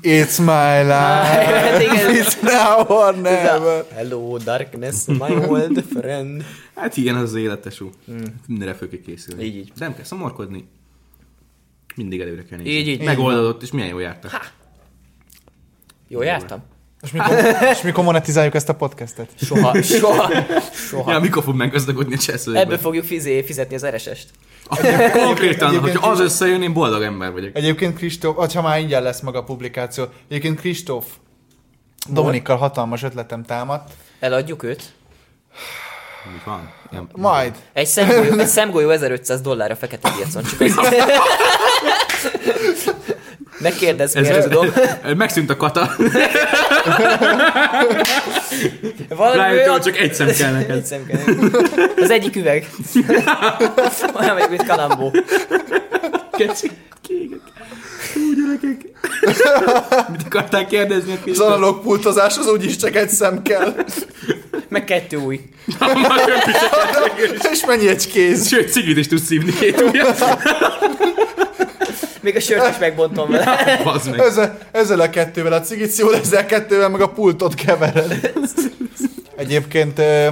It's my life.
Hát igen.
It's now or never.
Hello, darkness, my old friend.
Hát igen, az az életesú. Mm. Mindenre föl kell készülni.
Hmm. Így, így.
De nem kell szomorkodni. Mindig előre kell nézni.
Így, így.
Megoldódott, és milyen jól jártak.
Jó jártam?
És mikor, és mikor monetizáljuk ezt a podcastet?
Soha, soha, soha.
Ja, mikor fog meggazdagodni a császolókban?
Ebből fogjuk fizé, fizetni az RSS-t.
Konkrétan,
Egyébként-
hogyha az összejön, én boldog ember vagyok.
Egyébként Kristóf, vagy ha már ingyen lesz maga a publikáció, egyébként Kristóf, Dominikkal hatalmas ötletem támadt.
Eladjuk őt.
Mi van? Nem.
Majd.
Egy szemgolyó, egy szemgolyó 1500 dollár a fekete piacon. Csak ez. ne kérdezz,
Ez,
miért
ez,
tudom.
megszűnt a kata.
Valami
Rájöttem,
olyan...
hogy csak egy szem kell
Egy
neked.
szem kell. Az egyik üveg. Olyan vagyok, mint Kalambó.
Kecsi. Kégek. Ú, gyerekek. Mit akartál kérdezni a kis?
Az analóg pultozás az úgyis csak egy szem kell.
Meg kettő új.
És mennyi egy kéz?
Sőt, cigit is tudsz szívni két ujjat.
Még a sört is megbontom vele.
Bazd meg.
Ezzel, ezzel a kettővel a cigit szól, ezzel a kettővel meg a pultot kevered. Egyébként ö,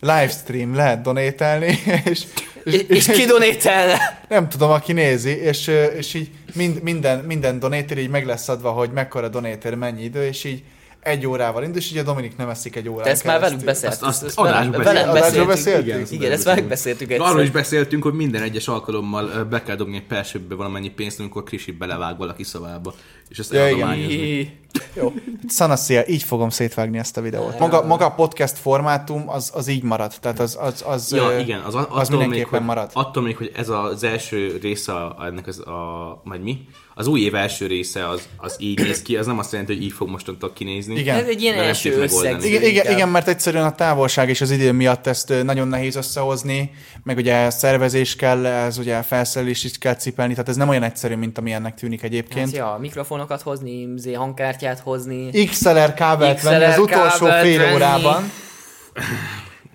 livestream lehet donételni, és,
És, és kidonételne.
Nem tudom, aki nézi, és, ö, és így mind, minden, minden donétér így meg lesz adva, hogy mekkora donétér, mennyi idő, és így egy órával indul, és ugye Dominik nem eszik egy órán
Te ezt már velünk
keresztül.
Azt-
beszéltük.
azt
ezt
adásban
velem- velem
beszéltük.
Adásban
beszéltük.
beszéltünk?
Igen, ezt velem beszéltük egyszer.
Arról is beszéltünk, hogy minden egyes alkalommal ö, be kell dobni egy persőbe valamennyi pénzt, amikor Krisi belevág valaki szavába. És ezt
Ja, igen.
eladományozni.
Jó. Szanaszia, így fogom szétvágni ezt a videót. Maga, maga a podcast formátum az, az így maradt, tehát az, az, az,
Ja,
ö,
igen, az,
az
attól, még,
mindenképpen
hogy,
marad.
attól még, hogy ez az első része a- ennek az a... majd mi? Az új év első része az, az így néz ki, az nem azt jelenti, hogy így fog mostantól kinézni.
Igen.
Ez egy ilyen
De nem
első
tudjuk
összeg.
megoldani.
Igen, igen, igen, mert egyszerűen a távolság és az idő miatt ezt ö, nagyon nehéz összehozni, meg ugye szervezés kell, ez ugye felszerelés is kell cipelni, tehát ez nem olyan egyszerű, mint ami ennek tűnik egyébként.
Hát, ja, mikrofonokat hozni, zé hangkártyát hozni.
XLR kábelt
XLR
venni az utolsó
kábelt
fél
venni.
órában.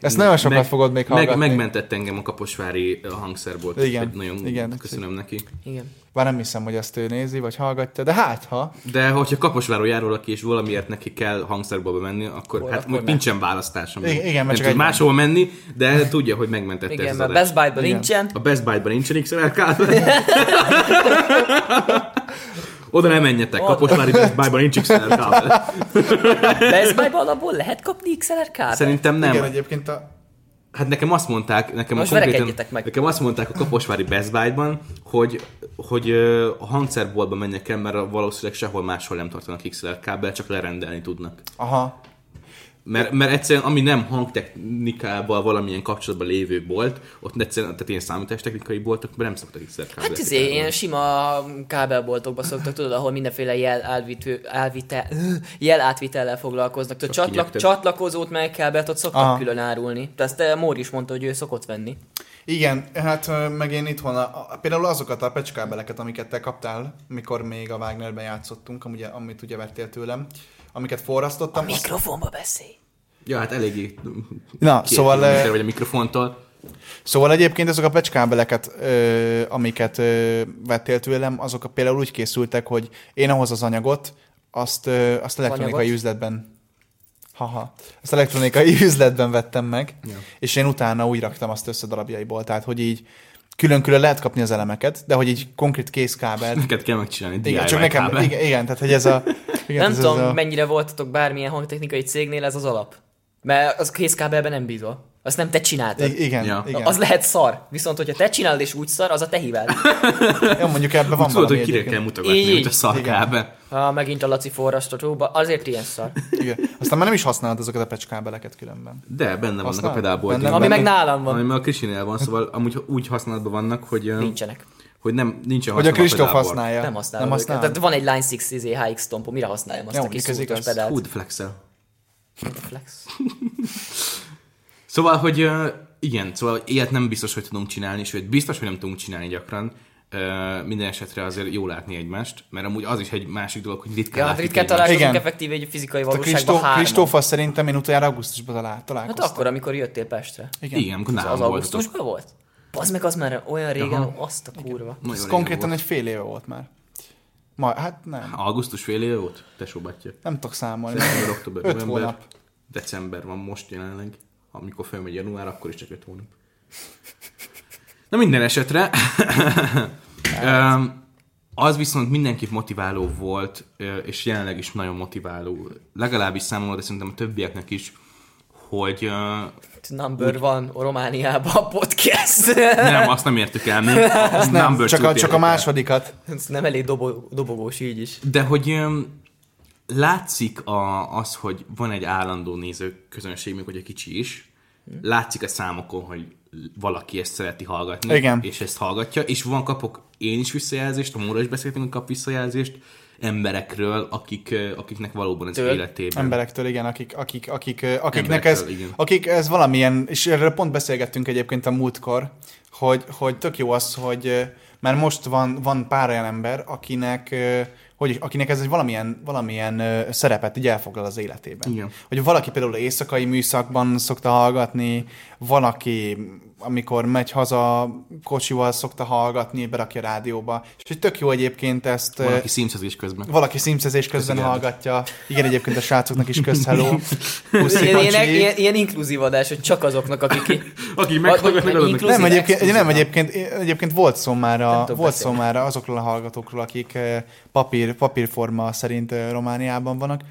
Ezt nagyon sokat fogod még
meg,
hallgatni.
Megmentett engem a kaposvári ö, hangszerbolt.
Igen,
úgyhogy Nagyon
igen.
igen, köszönöm neki.
Igen.
Bár nem hiszem, hogy ezt ő nézi, vagy hallgatja, de hát ha.
De hogyha Kaposváról jár valaki, és valamiért neki kell hangszerbolba menni, akkor
Hol,
hát
akkor
most
ne.
nincsen választásom.
Igen, igen, mert
nem
csak
tud
egy van.
máshol menni, de tudja, hogy megmentette
Igen,
ez
mert
az
a
adás.
Best Buy-ban
Igen.
nincsen.
A Best Buy-ban nincsen XLR kábel. Oda nem menjetek, Kaposvári Best Buy-ban nincs XLR
Hát,
kábel.
Best Buy-ban alapból lehet kapni XLR kábelt?
Szerintem nem.
Igen, egyébként a...
Hát nekem azt mondták, nekem
Most
a konkrétan,
verekedjetek meg.
nekem azt mondták a Kaposvári Best Buy-ban, hogy, hogy ö, a hangszerboltba menjek el, mert valószínűleg sehol máshol nem tartanak XLR kábel, csak lerendelni tudnak.
Aha.
Mert, mert egyszerűen, ami nem hangtechnikával valamilyen kapcsolatban lévő bolt, ott egyszerűen, tehát ilyen számítástechnikai boltokban nem szoktak XLR kábelt.
Hát izé, ilyen sima kábelboltokba szoktak, tudod, ahol mindenféle jel, elvitő, elvite, jel átvitellel foglalkoznak. Tudod,
Csak
csatlak,
kinyögtök.
csatlakozót, meg kábelt, ott szoktak
Aha.
külön árulni. Tehát ezt eh, Mór is mondta, hogy ő szokott venni.
Igen, hát ö, meg én itthon, a, a, például azokat a pecskábeleket, amiket te kaptál, mikor még a Wagnerben játszottunk, amúgy, amit ugye vettél tőlem, amiket forrasztottam. azt-
Mikrofonba beszélj!
Ja, hát eléggé
Na,
két
szóval,
kilométer
eh,
vagy a mikrofontól.
Szóval egyébként azok a pecskábeleket, ö, amiket ö, vettél tőlem, azok például úgy készültek, hogy én ahhoz az anyagot, azt, ö, azt elektronikai
Anyagot?
üzletben Haha. Ezt elektronikai üzletben vettem meg,
Ja.
ja. és én utána úgy raktam azt össze darabjaiból, tehát hogy így külön-külön lehet kapni az elemeket, de hogy így konkrét készkábelt.
Neked kell megcsinálni
Igen,
DIY
csak nekem,
kábel.
igen, igen, tehát hogy ez a... Igen,
nem
ez
tudom,
ez a,
mennyire voltatok bármilyen hangtechnikai cégnél, ez az alap. Mert az készkábelben nem bízol. Azt nem te csináltad.
I- Igen,
Ja.
ja. igen.
Az lehet szar, viszont hogyha te csinálod és úgy szar, az a te hibád.
Jó, mondjuk ebben van
Tudod,
valami
hogy kire
egyébként.
kell mutogatni,
Így.
hogy a szarkábe.
Ha megint a Laci forrastatóba, azért ilyen szar.
Igen. Aztán már nem is használod azokat a pecskábeleket különben.
De, benne vannak
Aztán?
a pedálboltban.
Benne
Ami meg
Benne-
nálam van.
Ami már a Krisinél van, szóval amúgy úgy használatban vannak, hogy, ö,
Nincsenek.
hogy nem, nincsen
Hogy a
használva
Kristóf
pedálbolt.
használja.
Nem használom
Nem
nem őket.
használod?
Tehát van egy Line 6 izé HX tompó, mire használjam azt
Jó,
a kis
mondjuk ez
szútos
igaz.
pedált?
Úgy flexel.
Flex.
Szóval, hogy ö, igen, szóval ilyet nem biztos, hogy tudunk csinálni, sőt, biztos, hogy nem tudunk csinálni gyakran. Ö, Minden esetre azért jó látni egymást, mert amúgy az is egy másik dolog, hogy ritkán
Ja, hát
látjuk
ritkán
egymást.
találkozunk
Igen.
effektív egy fizikai
A
valóságban
Kristó,
hárman.
Kristófa szerintem én utoljára augusztusban talál,
Hát
találkoztam.
akkor, amikor jöttél Pestre.
Igen, igen amikor
Az, az
nálam voltatok.
augusztusban volt? Az meg az már olyan régen,
Aha.
azt a kurva.
Nagyon
Ez
régen
konkrétan
volt.
egy fél éve volt már. Ma, hát nem.
Augusztus fél éve volt? Tesó bátyja.
Nem tudok számolni.
Szeptember, október,
Öt
november,
hónap.
december van most jelenleg. Amikor fölmegy január, akkor is csak 5 hónap. Na minden esetre, Öm, az viszont mindenképp motiváló volt, ö, és jelenleg is nagyon motiváló, legalábbis számomra, de szerintem a többieknek is, hogy ö,
Number van Romániában a podcast.
nem, azt nem értük el még. Azt
Nem, csak a, csak a másodikat.
Ez nem elég dobo- dobogós így is.
De hogy öm, látszik a, az, hogy van egy állandó nézőközönség, még hogy a kicsi is, látszik a számokon, hogy valaki ezt szereti hallgatni,
Igen.
és ezt hallgatja, és van kapok én is visszajelzést, a Móra is beszéltünk, hogy kap visszajelzést emberekről, akik, ö, akiknek valóban ez
Től.
életében.
Emberektől, igen, akik, akik, akik, ö, akiknek ez,
Emberektől, igen.
akik ez valamilyen, és erről pont beszélgettünk egyébként a múltkor, hogy, hogy tök jó az, hogy ö, már most van, van pár olyan ember, akinek, ö, hogy, is- akinek ez egy valamilyen, valamilyen ö, szerepet így elfoglal az életében.
Igen.
Hogy valaki például éjszakai műszakban szokta hallgatni, van, aki amikor megy haza kocsival szokta hallgatni, berakja rádióba. És hogy tök jó egyébként ezt... ö,
Van, aki szímszezés közben.
valaki szimszezés közben
Köszi, Gerda.
hallgatja. Igen, egyébként a srácoknak is kösz, hello. Puszi,
Ilyen, ilyen,
pacsi.
ilyen, ilyen inkluzív adás, hogy csak azoknak, akik ki.
Akik
Vagy- vagy
meghallgatnak, azoknak
inkluzív-
nem, egyébként,
exkluzív.
nem egyébként, egyébként volt szó már,
Nem
a,
tudok
volt szó
beszélni.
már azokról a hallgatókról, akik eh, papír, papírforma szerint eh, Romániában vannak.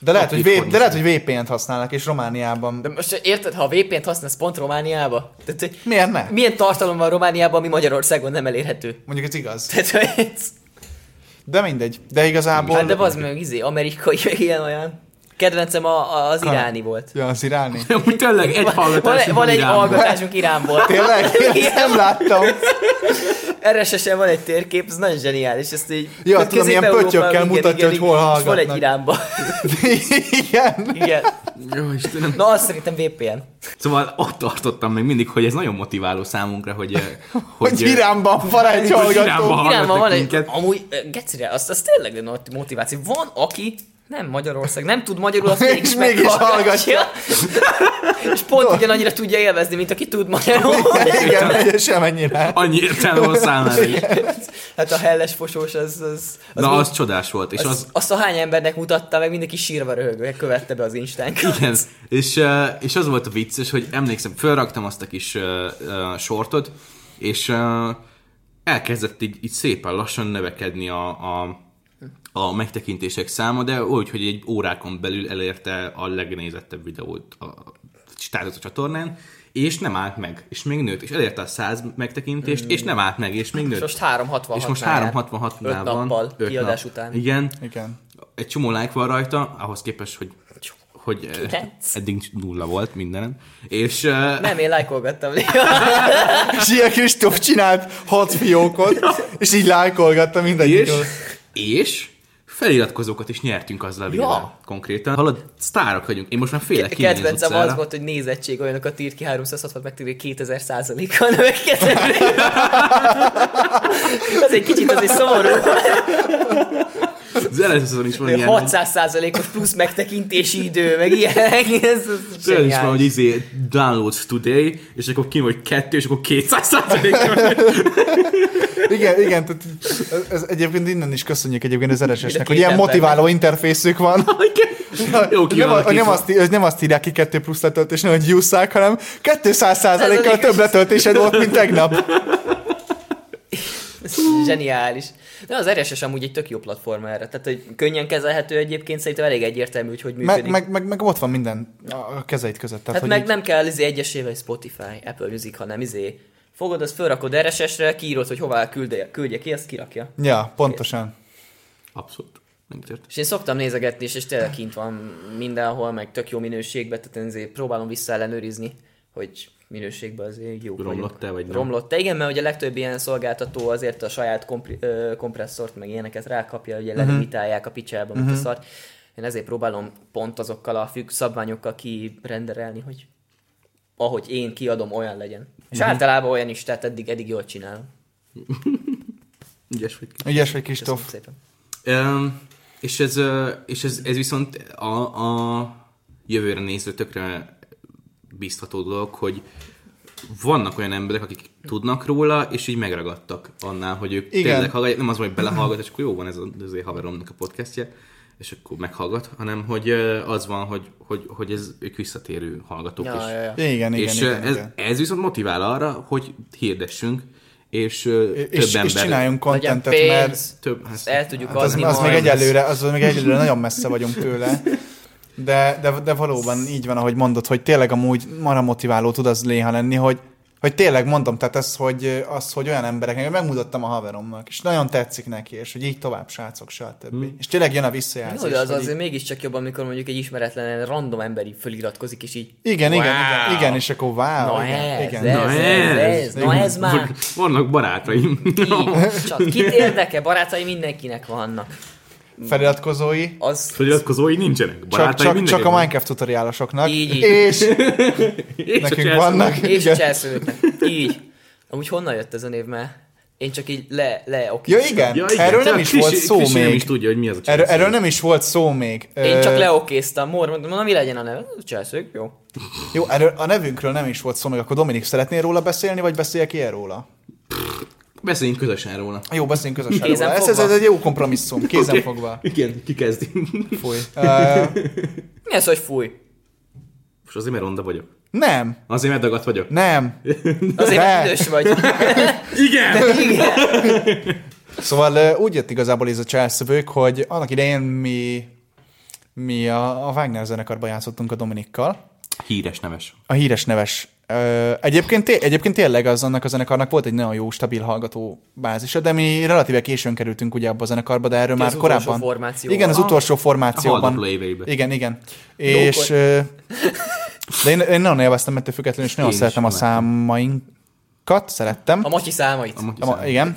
De lehet, hogy,
Papírforma
v, de lehet, hogy VPN-t használnak, és Romániában.
De
De
most érted, ha a VPN-t használsz pont Romániába? Tehát, hogy
miért ne?
milyen tartalom van Romániában, ami Magyarországon nem elérhető?
Mondjuk ez igaz.
Tehát, hogy ez...
De mindegy. De igazából...
Hát de az meg izé, amerikai, meg ilyen olyan. Kedvencem a, a, az
Kana-
iráni volt.
Ja, az iráni.
Amúgy tényleg egy
Van,
hallgatás.
van egy hallgatásunk Iránból.
Tényleg? Én ezt nem láttam.
Erre van egy térkép, ez nagyon zseniális. Ezt így,
Ja,
ott
tudom, ilyen
Közép-Európában,
pöttyökkel
igen, igen,
mutatja, hogy
igen.
hol
És van egy
hallgatnak.
Iránban.
Igen.
Igen.
Jó, Istenem.
Na, azt szerintem VPN.
Szóval ott tartottam még mindig, hogy ez nagyon motiváló számunkra, hogy... eh,
Hogy
eh,
Iránban van egy
Iránban
hallgató.
hallgatnak
Iránban van egy,
minket.
amúgy, eh, gecire, az, az tényleg egy nagy motiváció. Van, aki Nem Magyarország, nem tud magyarul, azt mégis,
mégis
meghallgatja. És pont ugyanannyira tudja élvezni, mint aki tud magyarul.
Igen, semennyire.
Annyi értelme van számára is.
Hát a helles fosós, az, az, az,
Na,
mi-
az csodás volt. És
az,
az,
az, azt a hány embernek mutatta, meg mindenki sírva röhögve követte be az instánkat.
Igen, és, eh, és az volt a vicces, hogy emlékszem, felraktam azt a kis uh, uh, sortot, és uh, elkezdett így, így szépen lassan növekedni a, a, a megtekintések száma, de úgy, hogy egy órákon belül elérte a legnézettebb videót a, a, tehát a csatornán, és nem állt meg, és még nőtt, és elérte a 100 megtekintést, és nem állt meg, és még nőtt.
És Mm. most 366
és most
nál jár.
366
Öt
nál van.
nappal
öt
kiadás után.
Igen,
Igen.
egy csomó like van rajta, ahhoz képest, hogy, hogy eh,
Kilenc.
eddig nulla volt mindenem. És eh,
Nem, én lájkolgattam.
És ilyen Kristóf csinált hat fiókot, és így lájkolgatta mindegyik.
és, és feliratkozókat is nyertünk azzal a videóval konkrétan. Hallod, sztárok vagyunk. Én most már félek kimenni az
Kedvencem az
utcára.
volt, hogy nézettség olyanokat írt ki 360 megtérő 2000 százalékkal növekedett. Az egy kicsit azért szomorú.
Az előző szezon is van ilyen. hogy-
600 százalékos plusz megtekintési idő, meg ilyenek. Ez, ez
Olyan is van,
zseniális.
hogy izé, downloads today, és akkor kim vagy kettő, és akkor 200 százalék.
Igen, igen, tehát ez, ez egyébként innen is köszönjük egyébként az
Mind a
RSS-nek, hogy
két
ilyen
embernek.
motiváló interfészük van.
Jó
nem, a-
kívánok.
nem,
István.
azt, ez nem azt írják ki kettő plusz letöltésnél, hogy jusszák, hanem 200 százalékkal több letöltésed volt, mint tegnap.
Ez Zseniális. De az RSS amúgy egy tök jó platform erre. Tehát, hogy könnyen kezelhető egyébként, szerintem elég egyértelmű, hogy hogy működik.
Meg, meg, meg, meg ott van minden a- a kezeid között.
Tehát
Tehát, hogy
meg
így-
nem kell izé egyesével Spotify, Apple Music, hanem izé fogod, azt felrakod RSS-re, kiírod, hogy hová küldje, küldje ki, azt kirakja.
Ja, pontosan.
Abszolút. Megtért.
És én szoktam nézegetni, és, és tényleg kint van mindenhol, meg tök jó minőségben, tehát én azért próbálom visszaellenőrizni, hogy minőségben azért jó.
Romlott-e, vagy nem?
Romlott igen, mert ugye a legtöbb ilyen szolgáltató azért a saját kompri- ö, kompresszort, meg ilyeneket rákapja,
Mhm.
ugye lelimitálják a picsába, mint a szart. Én ezért próbálom pont azokkal a függ szabványokkal kirenderelni, hogy ahogy én kiadom, olyan legyen. És
Mhm.
általában olyan is, tehát eddig, eddig jól csinálom.
Ügyes vagy.
Ügyes vagy, Kristóf.
Köszönöm szépen.
Um, és ez, ö, és ez, ez viszont a, a jövőre nézve tökre bízható dolog, hogy vannak olyan emberek, akik tudnak róla, és így megragadtak annál, hogy ők
Igen.
Igen. tényleg hallgatják. Nem az, hogy belehallgat, és akkor jó van ez a- az én haveromnak a podcastje, és akkor meghallgat, hanem hogy ö, az van, hogy, hogy, hogy ez, ők visszatérő hallgatók is.
Ja, ja, ja.
Igen, igen,
és ö,
igen,
ez,
igen.
ez viszont motivál arra, hogy hirdessünk, és, ö,
És,
több
és,
ember...
és csináljunk
Legyen
kontentet, mert
pénz,
Több, hát,
el tudjuk
az,
adni
az még
majd.
egyelőre, az még egyelőre nagyon messze vagyunk tőle. De, de, de valóban így van, ahogy mondod, hogy tényleg amúgy mara motiváló tud az léha lenni, hogy, hogy tényleg mondom, tehát ez, hogy, az, hogy olyan embereknek, megmutattam a haveromnak, és nagyon tetszik neki, és hogy így tovább, srácok, stb. Hmm. És tényleg jön a visszajelzés.
Jó, de az
hogy
azért
így-
mégiscsak jobb, amikor mondjuk egy ismeretlen random ember így föliratkozik, és így
Igen, igen,
Wow.
igen, igen, és akkor wow.
Na
igen,
ez,
igen.
ez.
Na ez,
ez, na ez már.
Vannak barátaim.
így, csak kit érdekel, barátai mindenkinek vannak.
Feliratkozói,
Az,
Feliratkozói nincsenek.
csak,
Barátaim
csak, csak a
mindenkinek
Minecraft tutoriálosoknak,
Így, így.
és
van. És a
nekünk
Chelsea.
vannak.
és
igen.
cselszőnek. Így. Amúgy honnan jött ez a név, mert én csak így le, le oké.
Ja, igen.
Ja, igen.
Erről nem
Tehát
is
Krisi-
volt szó
Krisi nem
még.
is tudja, hogy mi az a
Erről,
Chelsea.
erről nem is volt szó még.
Én
Ö,
csak leokéztam, mor, mondom, na mi legyen a neve? Cselszők, jó.
Jó, erről a nevünkről nem is volt szó meg, akkor Dominik, szeretnél róla beszélni, vagy beszéljek ilyen róla?
Beszéljünk közösen róla.
Jó, beszéljünk közösen
Kézen
róla. Ez, ez,
fogva?
ez egy jó kompromisszum, kézen
Oké.
okay. fogva.
Igen, ki kezdi?
Fúj. Uh,
Mi ez, hogy fúj?
Most azért, mert ronda vagyok.
nem,
Azért, mert dagadt vagyok.
nem.
Azért,
De.
mert idős vagy.
Igen!
Igen.
Szóval ö, úgy jött igazából ez a cselszövők, hogy annak idején mi, mi a, a Wagner zenekarban játszottunk a Dominikkal.
Híres neves.
A híres neves. Ö, egyébként, té- egyébként tényleg az annak a zenekarnak volt egy nagyon jó, stabil hallgató bázisa, de mi relatíve későn kerültünk ugye abba a zenekarba, de erről
Ti
már
az utolsó
korábban.
formációban.
igen, az
Ah.
utolsó formációban.
A haldokló éveiben.
Igen, igen. És, ö, de én, én nagyon élveztem ettől függetlenül, és nagyon
Én is
szerettem a
imádtam.
számainkat, szerettem.
A mocsi számait.
A Matyi
A
Szám.
ma- igen.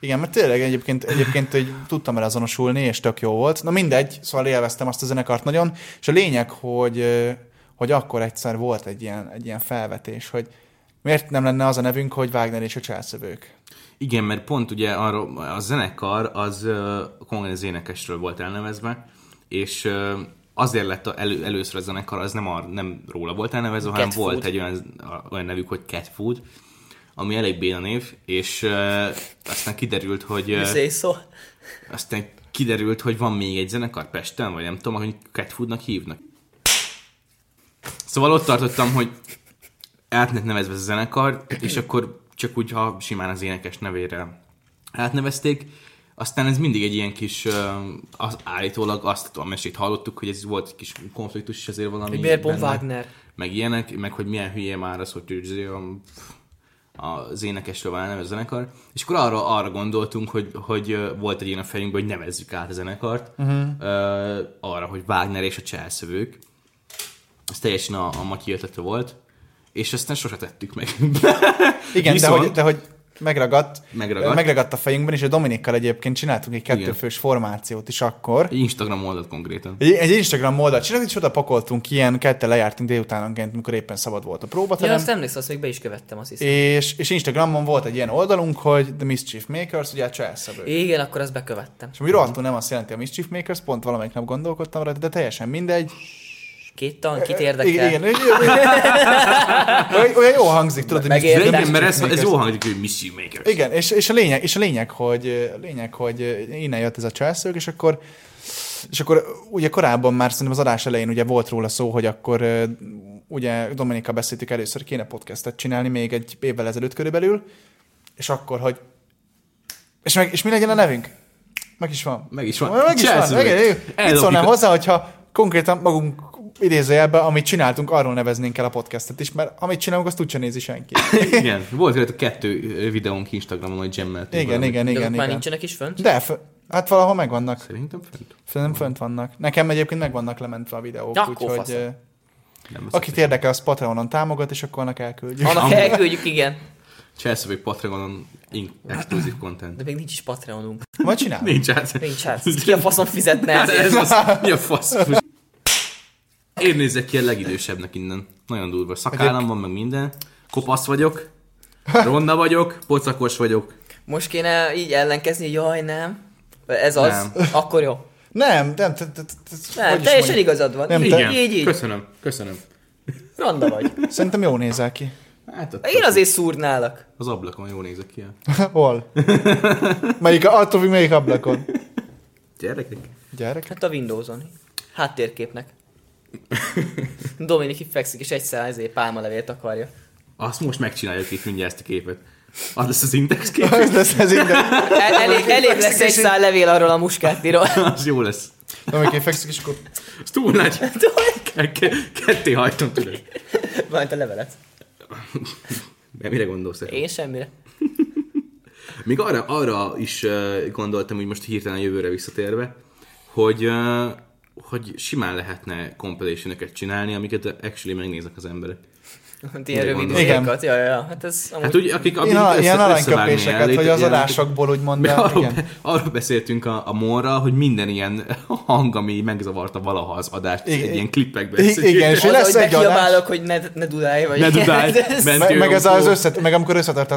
Igen, mert tényleg egyébként, egyébként hogy tudtam el azonosulni, és tök jó volt. Na mindegy, szóval élveztem azt a zenekart nagyon, és a lényeg, hogy, ö, hogy akkor egyszer volt egy ilyen, egy ilyen felvetés, hogy miért nem lenne az a nevünk, hogy Wagner és a császövők.
Igen, mert pont ugye arra, a zenekar az uh, konkrétan az énekesről volt elnevezve, és ö, azért lett a- elő, először a zenekar, az nem, ar, nem róla volt elnevezve, hanem
Cat
volt
Food.
egy olyan, a- olyan nevük, hogy Cat Food, ami elég béna név, és ö, aztán kiderült, hogy... ö,
Üzé Izé, szó.
aztán kiderült, hogy van még egy zenekar Pesten, vagy nem tudom, hogy Catfoodnak hívnak. Szóval ott tartottam, hogy átnet nevezve ez a zenekar, és akkor csak úgy, ha simán az énekes nevére átnevezték. Aztán ez mindig egy ilyen kis, ö, az, állítólag azt a mesét hallottuk, hogy ez volt egy kis konfliktus, és ezért valami...
Hogy miért pont
benne-
Wagner?
Meg ilyenek, meg hogy milyen hülye már az, hogy ő- izé a- az énekesről van elneve a zenekar, és akkor arra, arra gondoltunk, hogy, hogy ö, volt egy ilyen a fejünkben, hogy nevezzük át a zenekart, uh-huh.
Mhm.
arra, hogy Wagner és a cselszövők. Ez teljesen a, a Matyi ötlete volt, és aztán sose tettük meg.
Igen, de
Viszont-
hogy, de hogy megragadt,
Megragadt.
megragadt a fejünkben, és a Dominikkal egyébként csináltunk egy
Igen.
kettőfős formációt is akkor.
Egy Instagram oldalt konkrétan.
Egy, egy Instagram oldalt csináltunk, és oda pakoltunk ilyen, ketten lejártunk délutánonként, amikor éppen szabad volt a
Ja,
próbaterem.
azt emlékszem, azt még be is követtem, azt hiszem.
és, és Instagramon volt egy ilyen oldalunk, hogy The Mischief Makers, ugye a cselszövők.
Igen, akkor azt bekövettem.
És ami rohadtul nem azt jelenti a Mischief Makers, pont valamelyik nap gondolkodtam rá, de teljesen mindegy.
Két tan, kit
Eh, Igen,
érdekel?
igen. Olyan- Olyan jó hangzik, tudod, hogy
Megérdem.
Mischief-
De igen,
Mischief
mert ez, ez
Makers.
jó hangzik, hogy Missy Maker.
Igen, és, és, a lényeg, és a lényeg, hogy, a lényeg, hogy innen jött ez a cselszők, és akkor és akkor ugye korábban már szerintem az adás elején ugye volt róla szó, hogy akkor ö, ugye Dominika beszéltük először, kéne podcastet csinálni még egy évvel ezelőtt körülbelül, és akkor, hogy és, meg, és mi legyen a nevünk? Meg is van.
Meg is van.
Meg is van.
Cselszövők.
Meg, mit
Eldobjuk
szólnám
a-
hozzá, hogyha konkrétan magunk idézőjelben, amit csináltunk, arról neveznénk el a podcastet is, mert amit csinálunk, azt úgyse nézi senki.
igen. Volt rajta kettő ö, videónk Instagramon, hogy gemmeltünk.
Igen,
valamit.
igen,
De
igen.
azok már
igen.
nincsenek is fönt?
De, f- hát valahol megvannak.
Szerintem fent.
Szerintem fönt vannak. Nekem egyébként megvannak lementve a videók,
Na, akkor
úgyhogy
faszom.
ö,
Nem
akit érdekel, az Patreonon támogat, és akkor annak elküldjük.
Annak
Amúgy.
elküldjük, igen.
Cselszövők Patreonon in- exkluzív content.
De még nincs is Patreonunk.
Majd csinálunk.
Nincs hát.
Nincs hát. Ki a faszom fizetne
Hát
ezért?
ez az, mi a fasz? Most- Én nézek ki a legidősebbnek innen. Nagyon durva. Szakállam van, meg minden. Kopasz vagyok. Ronda vagyok. Pocakos vagyok.
Most kéne így ellenkezni, hogy jaj, nem. Ez az,
Nem.
akkor jó.
Nem, nem, te- te- te- te- hogy
Nem,
is
teljesen
mondjuk?
igazad van.
Nem,
így,
te-
Igen.
így, így.
Köszönöm. Köszönöm.
Randa vagy.
Szerintem jó nézel ki.
Hát ott
Én azért szúrnálak.
Az ablakon jól nézek ki. el.
Hol? Melyik, attól függ, melyik ablakon.
Gyerekek.
Gyerek.
Hát a Windowson. Háttérképnek. Dominik itt fekszik, és egyszer ezért pálmalevét akarja.
Azt most megcsináljuk itt mindjárt ezt a képet. Az lesz az index kép,
Ez lesz ez innen.
El, elég, elég lesz egy szál levél arról a muskátiról.
az jó lesz.
Amikor fekszik, és akkor...
Ez túl nagy. Ke- ke- Ketté hajtom tudod.
Van te levelet.
De Mire gondolsz? Erik?
Én semmire.
Még arra, arra is ö, gondoltam, hogy most hirtelen jövőre visszatérve, hogy, ö, hogy simán lehetne compilation csinálni, amiket actually megnéznek az emberek.
Ilyen rövid
gondolsz?
videókat. Ja, ja, ja. Hát ez amúgy...
Hát úgy, akik akik
Ilyen,
össze-
ilyen
összevágni
aranyköpéseket,
elét,
hogy az
ilyenek.
adásokból úgymond,
Mi
de
arról,
igen.
arról beszéltünk a, a Monra, hogy minden ilyen hang, ami megzavarta valaha az adást,
Igen.
egy ilyen klippekben.
I- igen, és
Az,
lesz
hogy
egy adás.
bekiabálok, hogy ne, ne dudálj, vagy...
Ne dudálj,
Ez-
men-
Meg, meg ez az összet, meg amikor összetart a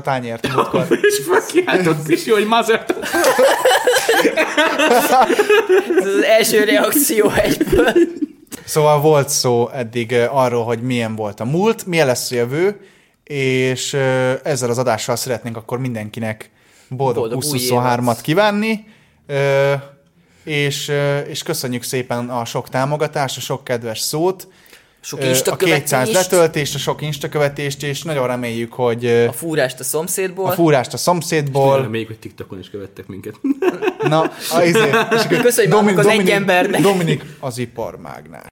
tányért. múltkor.
És kiáltott is, hogy mazert.
Ez az első reakció egyből.
Szóval volt szó eddig ö, arról, hogy milyen volt a múlt, milyen lesz a jövő, és ö, ezzel az adással szeretnénk akkor mindenkinek boldog,
Boldog
boldog
új
2023-at
évet.
kívánni, ö, és, ö, és köszönjük szépen a sok támogatást, a sok kedves szót,
Sok
ö,
Insta
a 200
követést,
letöltést, a sok Insta követést, és nagyon reméljük, hogy ö,
a fúrást a szomszédból.
a fúrást a szomszédból,
Még, hogy TikTokon is követtek minket.
na, a izé, és akkor
Köszönjük magunknak az egy embernek.
Dominik az iparmágnás.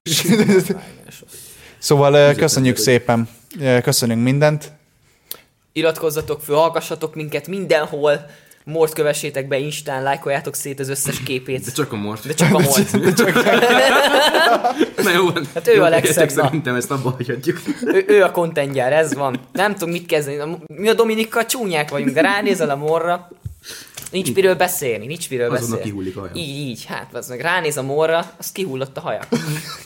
Szóval ö, köszönjük szépen, Ö, köszönünk mindent.
Iratkozzatok föl, hallgassatok minket mindenhol. Mort kövessétek be Instán, lájkoljátok szét az összes
De
képét.
csak a mort.
De csak a Mort.
Na jó, van.
Hát ő
Jó,
a
figyeljetek,
legszebb, na.
Szerintem ezt abba hagyhatjuk.
ő, ő a kontentgyár, ez van. Nem tudom mit kezdeni. A- Mi a Dominikkal csúnyák vagyunk, de ránézel a morra. Nincs miről beszélni, nincs miről
Azonnal
beszélni.
kihullik a haja.
Így, így, hát az meg ránéz a morra, az kihullott a haja.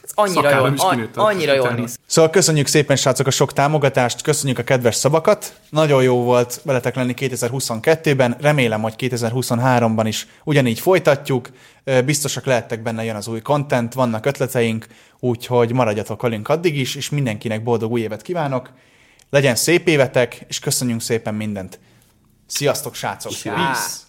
Ez annyira
Szakállam
jól,
is
an,
kinőtt a-
annyira jól
utána.
néz.
Szóval köszönjük szépen, srácok, a sok támogatást, köszönjük a kedves szavakat. Nagyon jó volt veletek lenni 2022-ben, remélem, hogy 2023-ban is ugyanígy folytatjuk. Ö, Biztosak lehettek benne, jön az új content, vannak ötleteink, úgyhogy maradjatok velünk addig is, és mindenkinek boldog új évet kívánok. Legyen szép évetek, és köszönjünk szépen mindent. Sziasztok, srácok!
Sziasztok!